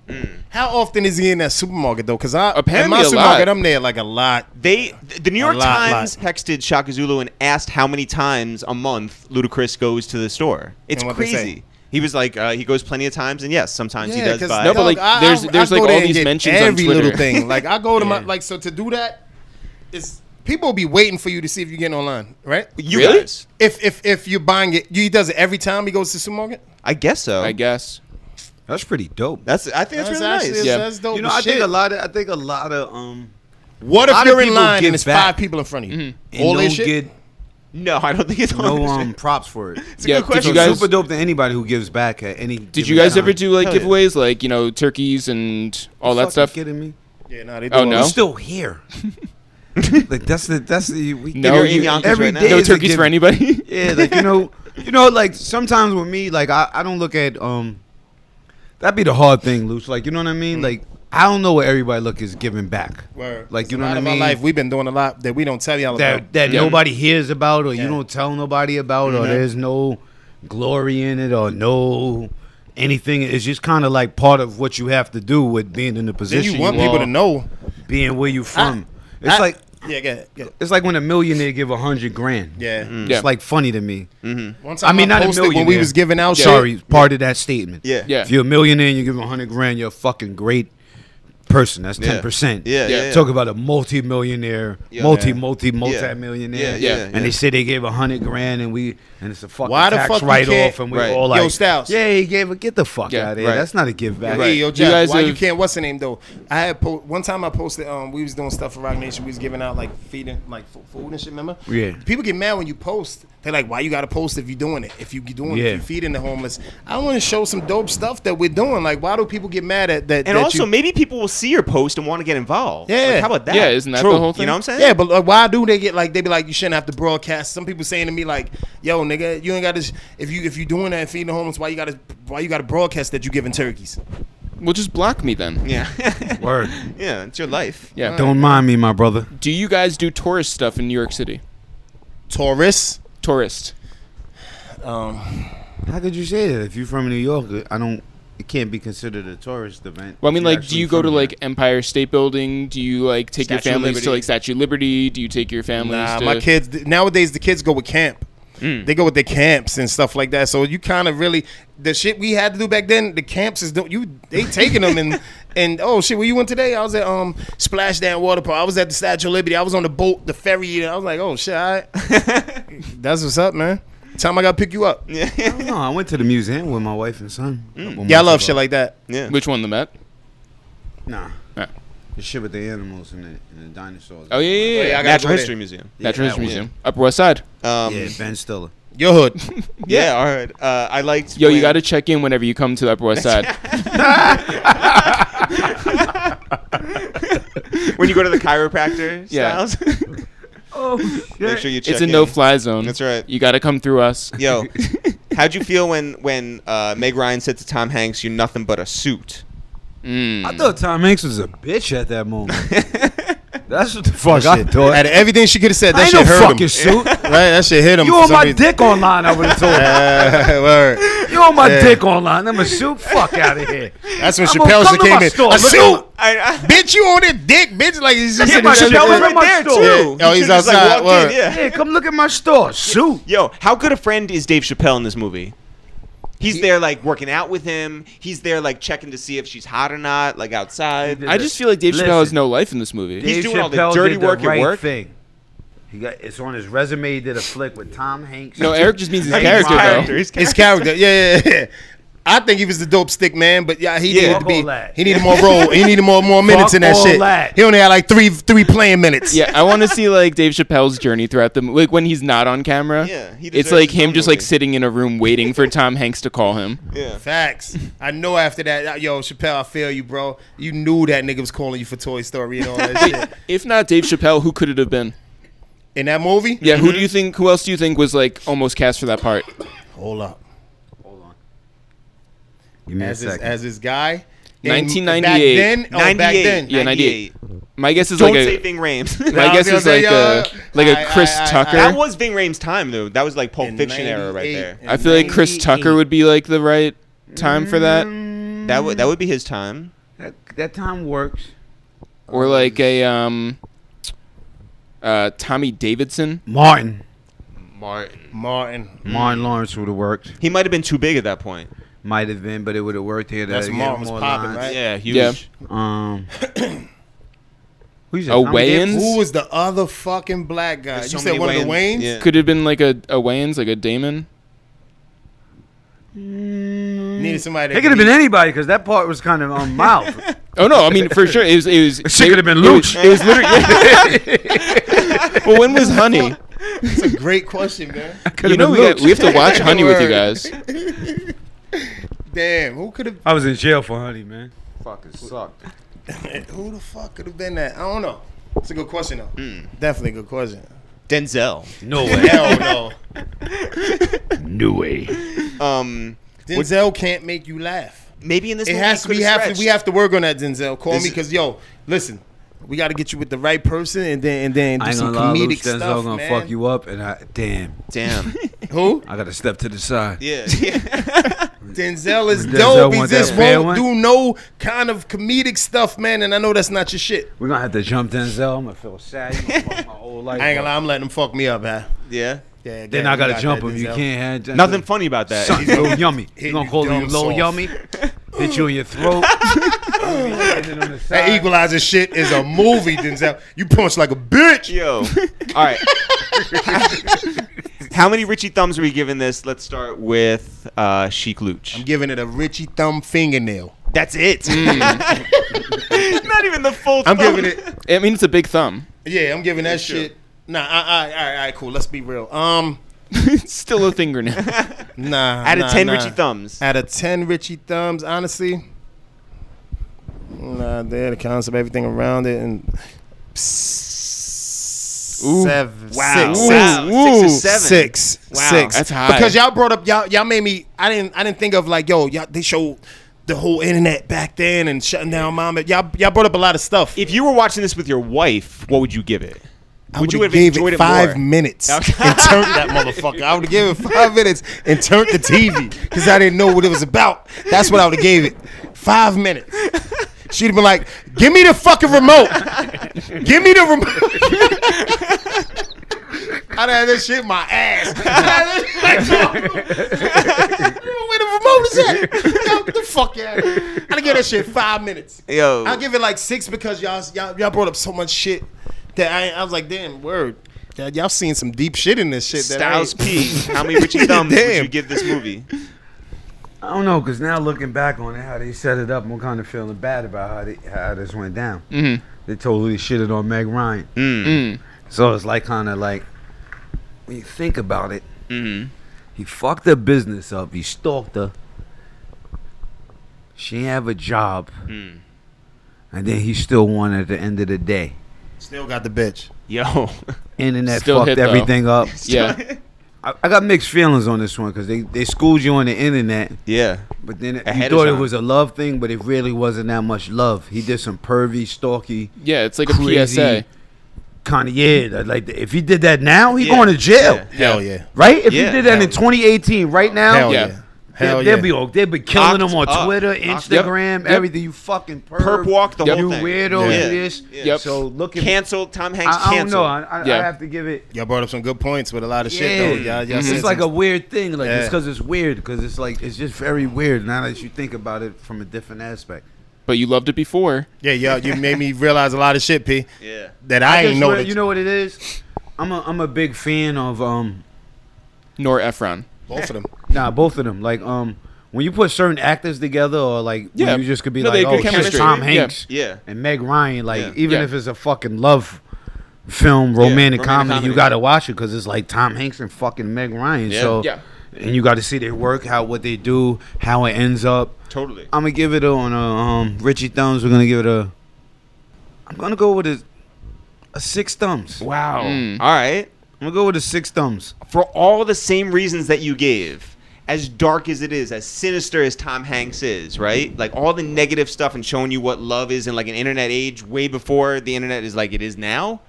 how often is he in that supermarket though? Because I in Apparently my a supermarket, lot. I'm there like a lot. they, th- the New York lot, Times texted Shaka Zulu and asked how many times a month Ludacris goes to the store. It's And what'd they say? crazy. He was like, uh, he goes plenty of times, and yes, sometimes he does 'cause, buy. No, but, dog, like, there's- there's, like, go there all and these get mentions on every Twitter. little thing. Like I go <laughs> to my like so to do that, it's people be waiting for you to see if you get online, right? you Really? guys, If if if you're buying it, he does it every time he goes to the supermarket. I guess so. I guess. That's pretty dope. That's I think that's, really nice. Yeah. that's dope. you know, as I think shit. a lot of I think a lot of um What a if lot of you're in people line give and it's back five people in front of you? and All don't this shit. get No, I don't think it's all no this um shit. props <laughs> for it. It's a good Yeah, did So you question. guys- super dope to anybody who gives back at any. Did you guys ever do like Hell yeah. giveaways, like you know turkeys and all that stuff? Kidding me? yeah, no, they do Oh, all no? We're this- still here. <laughs> like that's the that's the we, No, You're in you- Yonkers every right now. day No is a turkeys for <laughs> given. anybody. Yeah, like you know, <laughs> you know, like sometimes with me, like I, I don't look at um, that'd be the hard thing, Luce. Like you know what I Mm. mean? Like I don't know what everybody look is giving back. Word. Like you a know lot what I of mean? Our life, we've been doing a lot that we don't tell y'all that about. that Yeah. nobody hears about, or you don't tell nobody about, Mm-hmm. or there's no glory in it, or no anything. It's just kind of like part of what you have to do with being in the Then position, you want are, people to know. being where you from. it's I- like Yeah, yeah, yeah. it's like when a millionaire give a hundred grand. yeah. Mm-hmm. Yeah. It's like funny to me. One time Mm. I mean, not a posted when we millionaire. was giving out. shit. Sorry, part of that statement. Yeah. Yeah. If you're a millionaire and you give 100 grand, you're a fucking great person. That's Yeah. 10%. Yeah, Yeah. yeah, Talk about a multi-millionaire, Yeah. multi, multi, Yeah, multi-millionaire. yeah, And yeah. they say they gave 100 grand and we, and it's a fucking Why the tax fuck you write-off can't- and we're Right. all like, Yo, Styles. yeah, he gave it. Get the fuck Yeah, out of here. right. That's not a give back. Hey, Right. yo, You Jeff, guys why you have- can't? What's the name though? I had po- one time I posted. Um, we was doing stuff for Rock Nation. We was giving out like feeding, like fu- food and shit. Remember? Yeah. People get mad when you post. They They're like, why you got to post if you're doing it? If you you doing it, Yeah. if you feeding the homeless. I want to show some dope stuff that we're doing. Like, why do people get mad at that? And that also, you- maybe people will see your post and want to get involved. Yeah. Like, how about that? Yeah, isn't that True. the whole thing? You know what I'm saying? Yeah, but like, why do they get like they be like you shouldn't have to broadcast? Some people saying to me like, "Yo, nigga, you ain't got to if you if you doing that and feeding the homeless, why you got to why you got to broadcast that you giving turkeys?" Well, just block me then. Yeah. <laughs> Word. yeah, it's your life. <laughs> Yeah. Don't mind me, my brother. Do you guys do tourist stuff in New York City? Taurus. Tourist. Um, How could you say that? If you're from New York, I don't. It can't be considered a tourist event. Well, I mean, You're like, do actually you go to from like Empire State Building? Do you like take Statue your of families to Liberty. like Statue of Liberty? Do you take your families? nah, to... my kids nowadays the kids go with camp. Mm. They go with their camps and stuff like that. So you kind of really the shit we had to do back then. The camps is don't you <laughs> they taking them and and oh shit, where you went today? I was at um Splashdown Water Park. I was at the Statue of Liberty. I was on the boat, the ferry. And I was like, oh shit, <laughs> all right. that's what's up, man. Time I gotta pick you up. Oh here. I don't know. Oh, I went to the museum with my wife and son. Mm. Yeah, I love shit like that. Yeah. Which one, the Met? Nah, No. the shit with the animals and the, and the dinosaurs. Oh yeah, yeah, yeah. yeah, I gotta go Natural there. History Museum. Yeah, Natural that History one. Museum, Upper West Side. Um, Yeah, yeah. Ben Stiller. Your <laughs> hood. all right. Uh, I liked. Yo, you when- got to check in whenever you come to the Upper West <laughs> Side. when you go to the chiropractor. Yeah. Styles, <laughs> Oh, make sure you check. it's a in. no-fly zone. That's right. You got to come through us. Yo, how'd you feel when when uh, Meg Ryan said to Tom Hanks, "You're nothing but a suit"? Mm. I thought Tom Hanks was a bitch at <laughs> that moment. That's what the fuck I thought. Out of everything she could have said, I that ain't shit no hurt fucking him. <laughs> suit. Right, that shit hit him. You for on some my reason. dick online? I would have told. <laughs> you. Uh, <laughs> word. You on my Yeah. dick online? I'm a suit. Fuck out of here. That's when I'm gonna Chappelle come shit to my came in. store. A Look at suit, I, I, bitch. You on it, dick, bitch. Like he's just Yeah, in my the shit Chappelle was was in right my there store. too. Yeah. Oh, He he's should've just, outside. walked in, Word. yeah. Hey, come look at my store. Suit. Yo, how good a friend is Dave Chappelle in this movie? He's there like working out with him. He's there like checking to see if she's hot or not, like outside. <laughs> did I just feel like Dave Chappelle has Listen. no life in this movie. He's Dave doing all the Chappelle dirty did the work at right work. Thing. He got it's on his resume. He did a flick with Tom Hanks. no, Eric just means his Hey, character, my- though. Character, he's His character. character. Yeah, yeah, yeah. I think he was the dope stick man, but yeah, he Yeah. needed to be. Fuck all that. He needed more role. He needed more <laughs> more minutes in that all shit. that. He only had like three three playing minutes. yeah, I want to see like Dave Chappelle's journey throughout the like when he's not on camera. Yeah, he it's deserves like his him own just like movie. sitting in a room waiting <laughs> for Tom Hanks to call him. Yeah. Facts. I know after that, yo, Chappelle, I feel you, bro. You knew that nigga was calling you for Toy Story and all that shit. If not Dave Chappelle, who could it have been? In that movie? Yeah, who do Mm-hmm. you think? Who else do you think was like almost cast for that part? Hold up. Hold on. Give me As a his, second. as his guy. in- 1998. Back then? Oh, back then. Yeah, 98. My guess is Don't like say a. Ving Rames. My I guess is was gonna like say, a uh, like I- a Chris I- I- I- Tucker. I, <laughs> that was Ving Rames' time though. That was like Pulp In Fiction era right there. 98. feel like Chris 98. Tucker would be like the right time for Mm. that, That would that would be his time. that, that time works. or like a um. Uh, Tommy Davidson. Martin. Martin. Martin. Martin Lawrence would have worked. He might have been too big at that point. Might have been, but it would have worked here. That's Martin was popping, right? Yeah, huge. Yeah. Um. who's A weigh-in? Who was the other fucking black guy? There's you so said many one Wayans. of the Waynes? Yeah. Could have been like a, a Wayans, like a Damon. Needed somebody. It could have Mm. been anybody because that part was kind of um, mild. Oh no, I mean for sure it was it was. Shit could have been it was- Luch. It was <laughs> literally. well, when was Honey? That's a great question, <laughs> man. you Could have know been we, got, Luch. we have to watch Honey with you Word. guys. Damn, who could have? <laughs> I was in jail for honey, man. Fucking sucked. Who the fuck could have been that? I don't know. It's a good question though. Mm. Definitely a good <laughs> question. Denzel. <laughs> No way. Hell no. no way. Um, Denzel can't make you laugh. maybe in this It movie he has to. We could've have stretched. to. We have to work on that, Denzel. Call This me, is- cause yo, listen, we got to get you with the right person, and then and then do I ain't some gonna lie, Luke comedic Denzel stuff, gonna man. fuck you up, and I damn, Damn. Who? I gotta step to the side. yeah. yeah. <laughs> Denzel is Denzel dope. He want that just fair won't do one? no kind of comedic stuff, man. And I know that's not your shit. We're gonna have to jump Denzel. I'm gonna feel sad. You gonna fuck my whole life. I ain't up. gonna lie, I'm letting him fuck me up, man. yeah. Yeah, Then yeah, I you gotta got jump that, him. You Denzel. can't have Nothing funny about that. Son, little yummy. Hit You gonna you call him dumb little sauce. yummy? <laughs> Hit you in your throat. I'm gonna be hitting on the That side. equalizer shit is a movie, Denzel. You punch like a bitch. Yo. <laughs> All right. How many Richie thumbs are we giving this? Let's start with uh, Chic Luch. I'm giving it a Richie Thumb fingernail. That's <laughs> it. Mm. Not even the full. I'm thumb. giving it. I mean, it's a big thumb. <laughs> Yeah, I'm giving that shit. Nah, I, I, all right, all right, cool. Let's be real. Um, it's still a fingernail. Nah. Out of nah, 10 nah. Richie Thumbs. Out of ten Richie thumbs, honestly. Nah, they're the concept, everything around it, and Ooh. seven, Wow. six, Wow. six. Six or Ooh. seven. Six. Wow. Six. That's high. Because y'all brought up y'all y'all made me I didn't I didn't think of like, yo, y'all they showed the whole internet back then and shutting down mom. Y'all y'all brought up a lot of stuff. If you were watching this with your wife, what would you give it? I would you would've have gave enjoyed it it five more? <laughs> minutes Okay. and turned that motherfucker. I would have given it five minutes and turned the TV because I didn't know what it was about. That's what I would have gave it. Five minutes. She'd have been like, "Give me the fucking remote. Give me the remote." I'd have this shit in my ass. I'd have this- like, yo, Where the remote is at? Yo, get the fuck out! I'd give that shit five minutes. Yo. I'll give it like six because y'all y'all, y'all brought up so much shit that I, I was like, damn, word. Y'all- Y'all seen some deep shit in this shit. That I Styles ain't- P. How <laughs> many Richie Thumbs would Damn. you give this movie? I don't know, cause now looking back on it, how they set it up, I'm kind of feeling bad about how they, how this went down. Mm-hmm. They totally shitted on Meg Ryan, Mm. so it's like kind of like when you think about it, Mm-hmm. he fucked her business up. He stalked her. She didn't have a job, Mm. and then he still won at the end of the day. Still got the bitch. Yo. Internet Still hit, fucked though. <laughs> everything up. yeah. I, I got mixed feelings on this one because they, they schooled you on the internet, <laughs> Yeah. but then it, you Ahead of thought it time. was a love thing, but it really wasn't that much love. He did some pervy, stalky, Yeah, it's like a Crazy. PSA. kind of yeah. that- Like if he did that now, he Yeah, going to jail, yeah. Hell yeah. right? If Yeah, he did that hell in 2018, right now, Hell yeah. yeah. Hell they, yeah. would be all, they'd be killing him on Locked up. Twitter, Locked up. Instagram, Yep. everything. You fucking perv, Perp walk the Yep. whole you thing. weirdo, Yeah. this. Yep. So look at Canceled. Tom Hanks I, I don't know. canceled. I, I, I Yeah. have to give it. y'all brought up some good points with a lot of shit Yeah, Mm-hmm. though. Y'all, y'all it's said just like some- a weird thing. Like it's Yeah. because it's weird. Because it's like it's just very weird. Now that you think about it from a different aspect, But you loved it before. yeah, y'all. You made me realize a lot of shit, P. Yeah. That I, ain't just know. what- That you know what it is. I'm a I'm a big fan of um Nor Efron. both of them. nah both of them. Like um when you put certain actors together or like when Yeah. you just could be No, they like had oh good chemistry. shit, Tom Yeah. Hanks Yeah. and Meg Ryan. Like Yeah. even Yeah. if it's a fucking love film romantic, romantic comedy, comedy. you gotta watch it because it's like Tom Hanks and fucking Meg Ryan. Yeah. So Yeah. and you got to see their work, how what they do, how it ends up. Totally. I'm gonna give it a, on a um Richie Thumbs. We're gonna give it a. I'm gonna go with a, a six thumbs. I'm Wow. All right. gonna go with a six thumbs. For all the same reasons that you gave, as dark as it is, as sinister as Tom Hanks is, right? Like all the negative stuff and showing you what love is in like an internet age way before the internet is like it is now.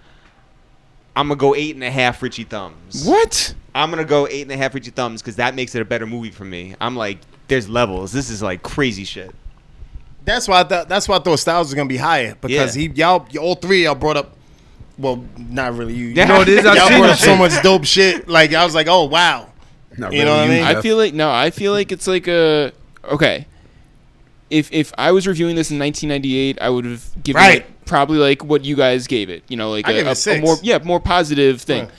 I'm gonna go eight and a half Richie thumbs. What? I'm gonna go eight and a half Richie thumbs because that makes it a better movie for me. I'm like, there's levels. This is like crazy shit. That's why I thought that's why I thought Styles was gonna be higher because Yeah. he y'all all three of y'all brought up. Well, not really you. You know what it is? I've <laughs> y'all seen brought that up so much dope shit. Like I was like, oh wow. Not You know what I mean? I feel like no. I feel like it's like a okay. If if I was reviewing this in 1998, I would have given Right. it probably like what you guys gave it. You know, like I a- gave it a- a a six. more yeah more positive thing. Yeah.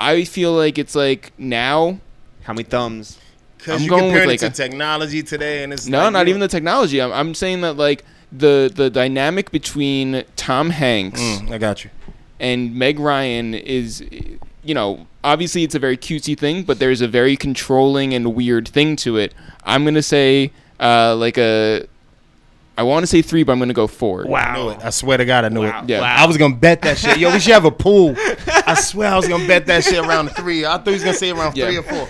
I feel like it's like now. How many thumbs? Because I'm you going with, compared it like, to a- technology today, and it's No, like, not you- even the technology. I'm, I'm saying that like the the dynamic between Tom Hanks Mm, I got you. and Meg Ryan is, you know, obviously it's a very cutesy thing, but there's a very controlling and weird thing to it. I'm gonna say uh, like a, I want to say three, but I'm gonna go four. I knew it. I swear to God, I knew it. Yeah. I was gonna bet that shit. Yo, we should have a pool. I swear, I was gonna bet that shit around three. I thought he was gonna say around Yeah. three or four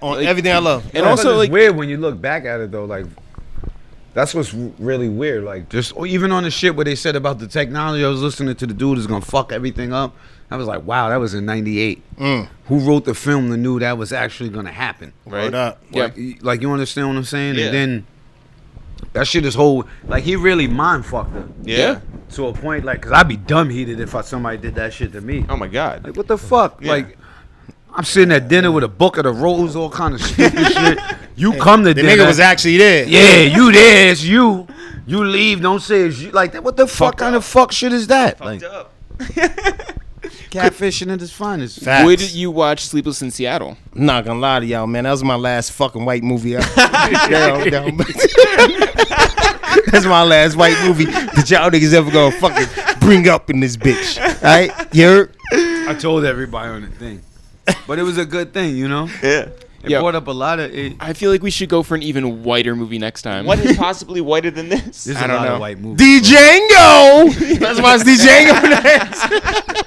on everything I love. And But also it's like weird when you look back at it though. Like that's what's w- really weird. Like just or even on the shit where they said about the technology, I was listening to the dude who's gonna fuck everything up. I was like, wow, that was in '98. Who wrote the film that knew that was actually gonna happen? Word up. Yeah. Like, y- like you understand what I'm saying? Yeah. And then that shit is whole. Like he really mind fucked her Yeah. to a point. Like, cause I'd be dumb heated if I, somebody did that shit to me. Oh my god. Like, what the fuck? Like, I'm sitting at dinner with a bucket of rolls, all kind of stupid shit. You come to The dinner. nigga was actually there. yeah, you there, it's you. You leave, don't say it's you. Like, that- what the fuck kind of fuck shit is that? Like, up. catfishing at its finest. <laughs> Facts. would you watch Sleepless in Seattle? I'm not gonna lie to y'all, man. That was my last fucking white movie. I- <laughs> Damn, damn. <laughs> That's my last white movie that y'all niggas ever gonna fucking bring up in this bitch. All right, you heard? I told everybody on the thing. but it was a good thing, you know. Yeah. It Yeah. brought up a lot of. It, I feel like we should go for an even whiter movie next time. What <laughs> is possibly whiter than this? there's I a don't lot know. of white movies. Django. That's why it's Django <laughs> next.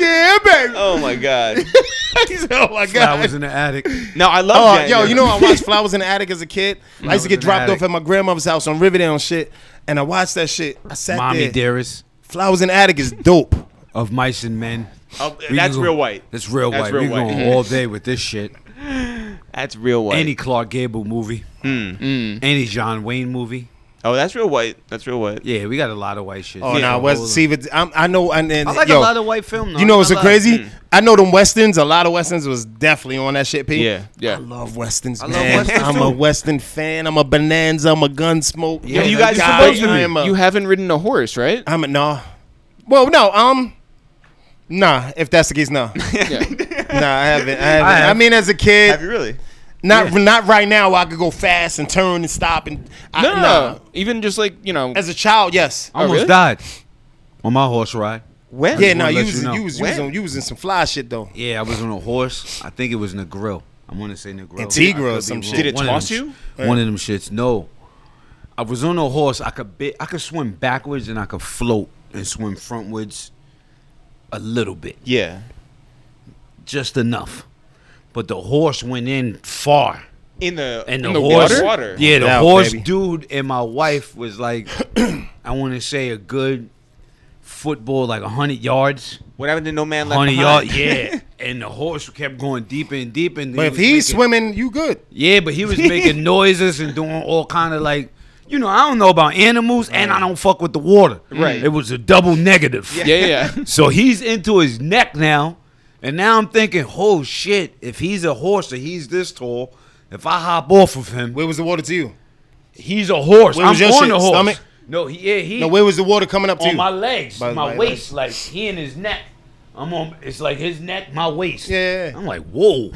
yeah, baby. <laughs> Oh my god. He's- oh my I god. was in the attic. No, I Oh, love. Django. yo, you know I watched Flowers in the Attic as a kid. I used Flowers to in get the dropped Attic. off at my grandmother's house on Riverdale and shit, and I watched that shit. I sat Mommy there. dearest Flowers in the Attic is dope. of mice and men. Oh, We that's can go- real white. That's real That's white. real We're white. going all day with this shit. That's real white. Any Clark Gable movie. Hmm. Hmm. Any John Wayne movie. oh, that's real white. That's real white. Yeah, we got a lot of white shit. Oh Yeah. no, West see, but I'm, I know, and, and I like yo, a lot of white film. Though. you know I what's so like- crazy? I know them westerns. A lot of westerns was definitely on that shit, P. Yeah, yeah. I love westerns, love man. westerns, I'm too. a western fan. I'm a bonanza. I'm a gunsmoke. Yeah, you guys God, are supposed to I be. am a, You haven't ridden a horse, right? I'm a no. Well, no, um, nah. If that's the case, no, nah. Yeah. I haven't. I, haven't. I I, have. mean, as a Have you kid, really? not not right now. I could go fast and turn and stop and I, No, no, nah. no. Even just like you know. As a child, yes. I almost really? died on my horse ride. When? yeah, wanna no, you let was, you know. you was When? using, you was in some fly shit though. Yeah, I was on a horse. I think it was Negril. I want to say Negril. Antigua I could or be some wrong. shit. Did it of toss them- you? One of them shits. No, I was on a horse. I could bit. I could swim backwards and I could float and swim frontwards, a little bit, Yeah. just enough. But the horse went in far. In the And the, in horse, water. yeah, the Out, horse baby. dude and my wife was like, <clears throat> I want to say a good football, like hundred yards, What happened to no man left hundred behind? yards, yeah. And the horse kept going deeper and deeper. And But if was he's making- swimming, you good. yeah, but he was making noises and doing all kind of like, you know, I don't know about animals, and I don't fuck with the water. Right. It was a double negative. yeah, yeah, yeah. So he's into his neck now, and now I'm thinking, oh shit, if he's a horse and he's this tall, if I hop off of him, Where was the water to you? he's a horse. Where I'm was your on shit? the horse. Stomach? No, he, yeah, he No, where was the water coming up to on you? my legs, By- my by waist, like he and his neck. I'm on. It's like his neck, my waist. Yeah. I'm like, <laughs> whoa.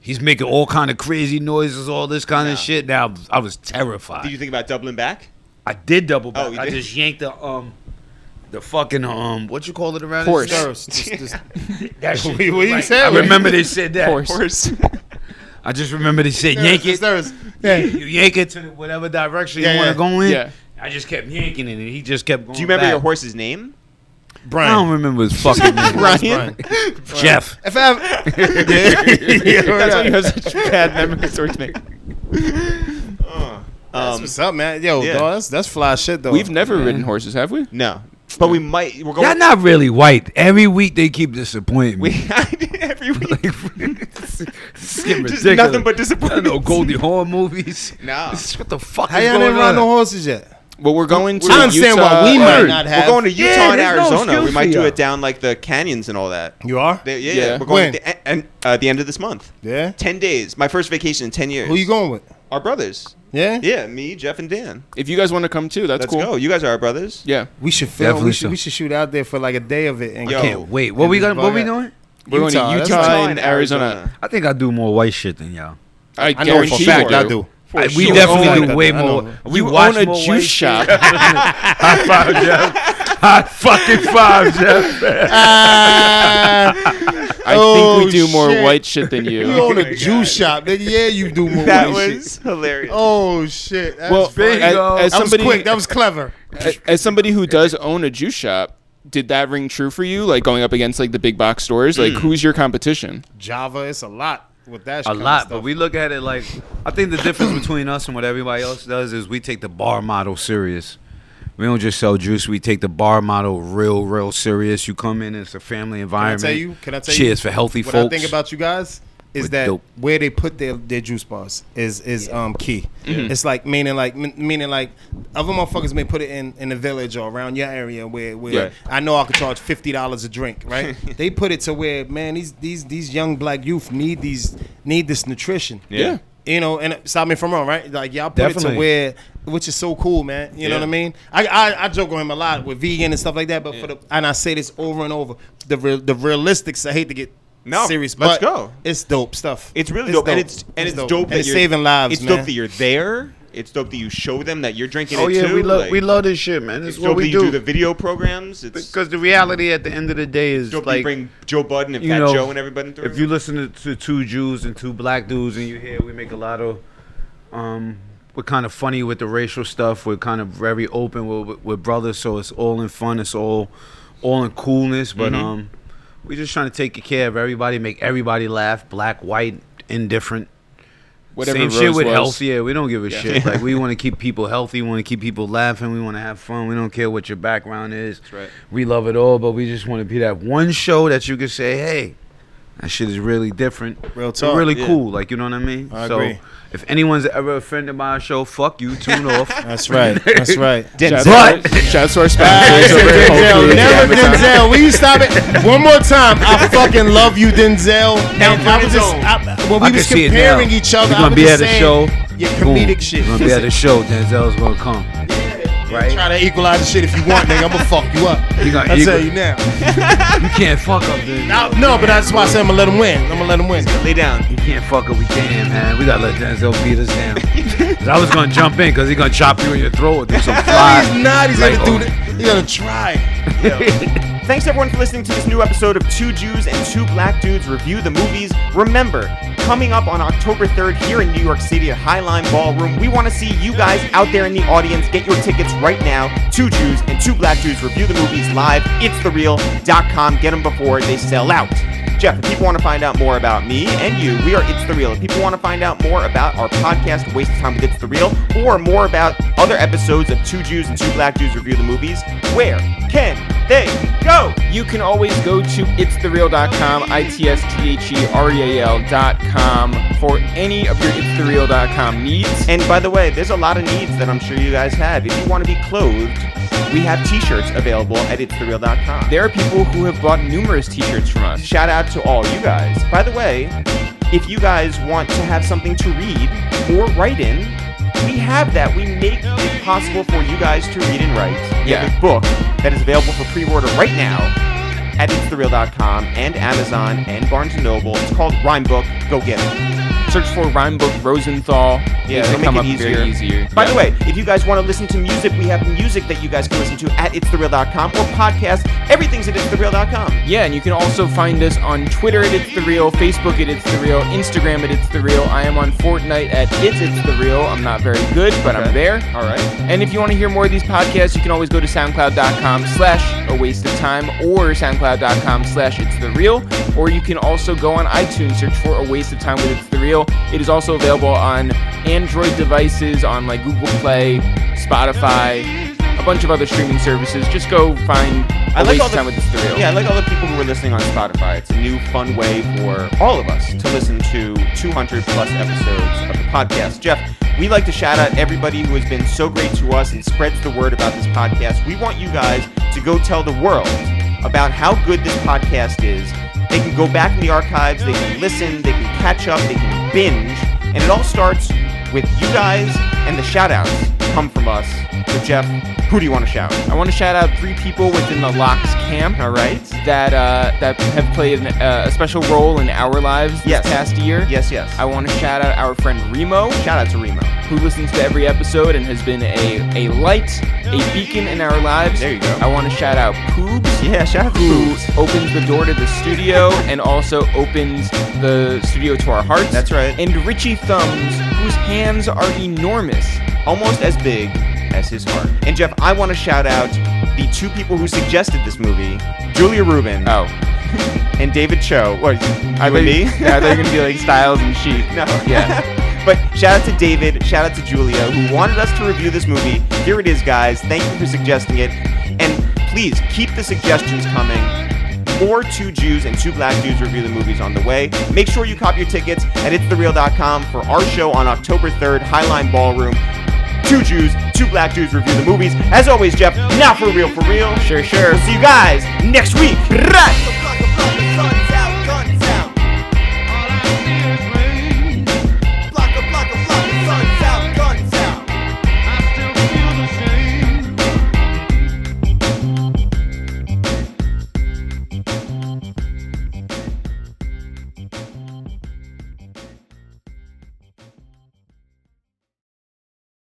He's making all kind of crazy noises, all this kind of shit. Now I was <laughs> terrified. Did you think about doubling back? I did double back. Oh, you I did? just yanked the um, the fucking um, what you call it around Horse. his- Sir, just- just- <laughs> That shit. was What you right. said I was- remember they said <laughs> that. Horse. I just remember they said yank it. Sir, yeah. You yank it to whatever direction Yeah, you yeah. want to go in. <laughs> Yeah. I just kept yanking it, and he just kept going. Do you remember back. your horse's name? I <laughs> don't Brian. remember his fucking name. Brian. Jeff. If I ever, Yeah, That's why you right. have such bad memories, or something. <laughs> Um, That's what's up, man. Yo, yeah. dog, that's, that's fly shit, though. We've never ridden horses, have we? No, but we might. We're Y'all going. not really white. Every week they keep <laughs> disappointing we me. I did every <laughs> week. Just Just nothing but disappointment. No Goldie Hawn movies. Nah. what the fuck How is y'all going didn't ride on? no horses yet? Well, we're going to. I understand Utah. why we might Word. not We're have. going to Utah Yeah, and there's no Arizona. excuse we might for do ya. it down like the canyons and all that. you are? They- yeah, Yeah. yeah, we're going When? at the, e- en- uh, the end of this month. Yeah. Ten days. My first vacation in ten years. Who you going with? Our brothers. Yeah? Yeah, me, Jeff, and Dan. If you guys want to come too, that's Let's cool. go. You guys are our brothers. Yeah, We should film. Definitely We should, so. we should shoot out there for like a day of it. And Yo. Can't wait. What we gonna? What we doing? we're going to that's Utah fine. and Arizona. I think I do more white shit than y'all. I, I know for a guarantee fact you I do. I- we sure. definitely Oh, do I- way I know. more. We You watch own a more juice white shop. Shit. <laughs> High five, Jeff. High fucking five, Jeff. <laughs> <laughs> Uh, <laughs> I think Oh, we do more shit. white shit than you. <laughs> You own a juice shop, nigga. Yeah, you <laughs> do more That weird shit. was hilarious. Oh shit! That well, was funny. as, Bingo. as that somebody, was quick. That was clever. as, as somebody who does own a juice shop, did that ring true for you? Like going up against like the big box stores, Mm. like who's your competition? Java, it's a lot with that. A kind of lot, but stuff. we look at it like I think the difference between us and what everybody else does is we take the bar model serious. We don't just sell juice. We take the bar model real, real serious. You come in, it's a family environment. you- can I tell you Cheers for healthy what folks. I think about you guys is With that dope. where they put their, their juice bars is is um key. It's like meaning like m- meaning like other motherfuckers may put it in in the village or around your area where where Right. I know I could charge fifty dollars a drink, <laughs> right? they put it to where man these these these young black youth need these need this nutrition. Yeah. You know, and uh, stop me if I'm wrong, right? Like y'all put it Definitely. to where, which is so cool, man. You know Yeah. what I mean? I, I I joke with him a lot with vegan and stuff like that, but for the and I say this over and over, the real, the realistics. I hate to get No, serious, let's but go. It's dope stuff. It's really dope. and it's and it's dope, that and it's you're saving lives. It's man. dope that you're there. It's dope that you show them that you're drinking Oh it yeah, too. we love like, we love this shit, man. This It's is dope what that we you do. do. the video programs. It's because the reality at the end of the day is dope that you like bring Joe Budden and you Fat know, Joe and everybody through. if you listen to, to two Jews and two black dudes, and you hear we make a lot of, um, we're kind of funny with the racial stuff. We're kind of very open with, with, with brothers, so it's all in fun. It's all, all in coolness. But um, we're just trying to take care of everybody, make everybody laugh, black, white, indifferent. Whatever Same Rose shit with was. health. Yeah, we don't give a shit. <laughs> Like we want to keep people healthy. We want to keep people laughing. We want to have fun. We don't care what your background is. right. We love it all, but we just want to be that one show that you can say, "Hey, that shit is really different. Real It's talk, really yeah. cool. Like you know what I mean. I so agree. if anyone's ever offended by our show, fuck you. <laughs> Tune off. <laughs> That's right. That's right. Shouts But- out- shouts to <laughs> our I sponsors said over at Whole Denzel, Foods. never Amazon. Denzel. Will you stop it one more time? I fucking love you, Denzel. And I was just I, when we I was can see it now. comparing each other. You're I gonna was be just at a saying, show. Yeah, Boom. comedic shit. You're <laughs> gonna be at a show. Denzel's gonna come. Right? Try to equalize the shit if you want, nigga. I'ma fuck you up. <laughs> You gonna I equal- tell you now. You can't fuck up, dude. I- no, but that's why I said I'm gonna let him win. I'm gonna let him win. lay down. You can't fuck up. We can, man. We gotta let Denzel beat us down. <laughs> 'Cause I was gonna jump in because he gonna chop you in your throat with some fly. He's not. He's like, gonna oh. do. The, he's gonna try. Thanks everyone for listening to this new episode of Two Jews and Two Black Dudes Review the Movies. Remember, coming up on October 3rd here in New York City at Highline Ballroom, we want to see you guys out there in the audience. Get your tickets right now. Two Jews and Two Black Dudes Review the Movies live. It's thereal.com. Get them before they sell out. Jeff, if people want to find out more about me and you, we are It's The Real. If people want to find out more about our podcast, Waste of Time with It's The Real, or more about other episodes of Two Jews and Two Black Jews Review the Movies, where can they go? You can always go to itsthereal.com, I T S T H E R E A L.com for any of your itsthereal.com needs. And by the way, there's a lot of needs that I'm sure you guys have. If you want to be clothed, we have t-shirts available at itsthereal.com. There are people who have bought numerous t shirts from us. Shout out to all you guys. By the way, if you guys want to have something to read or write in, we have that. We make it possible for you guys to read and write. We have Yeah. a book that is available for pre-order right now at itsthereal.com and Amazon and Barnes & Noble. It's called Rhyme Book. Go get it. Search for rhyme book Rosenthal. Yeah, These it'll will come make up it easier. Very easier. By the Yeah. way, if you guys want to listen to music, we have music that you guys can listen to at itsthereal.com or podcast. Everything's at itsthereal.com. Yeah, and you can also find us on Twitter at It's The Real, Facebook at It's The Real, Instagram at It's The Real. I am on Fortnite at It's It's The Real. I'm not very good, but I'm there. All right. And if you want to hear more of these podcasts, you can always go to soundcloud.com slash a waste of time or soundcloud.com slash it's the real. Or you can also go on iTunes, search for a waste of time with it's the real. It is also available on Android devices, on like Google Play, Spotify, a bunch of other streaming services. Just go find a I like waste all of the, time with it's the real. Yeah, I like all the people who are listening on Spotify. It's a new fun way for all of us to listen to 200 plus episodes of the podcast. Jeff, we like to shout out everybody who has been so great to us and spreads the word about this podcast. We want you guys to go tell the world about how good this podcast is. They can go back in the archives, they can listen, they can catch up, they can binge, and it all starts with you guys and the shout outs come from us. So Jeff, who do you want to shout? I want to shout out three people within the Locks camp. All right. That uh, that have played an, uh, a special role in our lives this Yes. past year. Yes, yes. I want to shout out our friend Remo, Shout out to Remo. who listens to every episode and has been a, a light, a beacon in our lives. There you go. I want to shout out Poobs, Yeah, shout out to who Boobs. opens the door to the studio and also opens the studio to our hearts. That's right. And Richie Thumbs, whose hands are enormous. Almost as big as his heart. And Jeff, I want to shout out the two people who suggested this movie, Julia Rubin Oh, and David Cho. What, you, I you and thought me? you- yeah, <laughs> I thought you were gonna be <laughs> like Styles and Sheep. No. Yeah. <laughs> but shout out to David, shout out to Julia, who wanted us to review this movie. Here it is, guys. Thank you for suggesting it. And please keep the suggestions coming. More two Jews and two black Jews review the movies on the way. Make sure you cop your tickets at itsthereal.com for our show on October 3rd, Highline Ballroom. Two Jews, two black Jews review the movies. As always, Jeff, now for real, for real. Sure, sure. We'll see you guys next week. Right.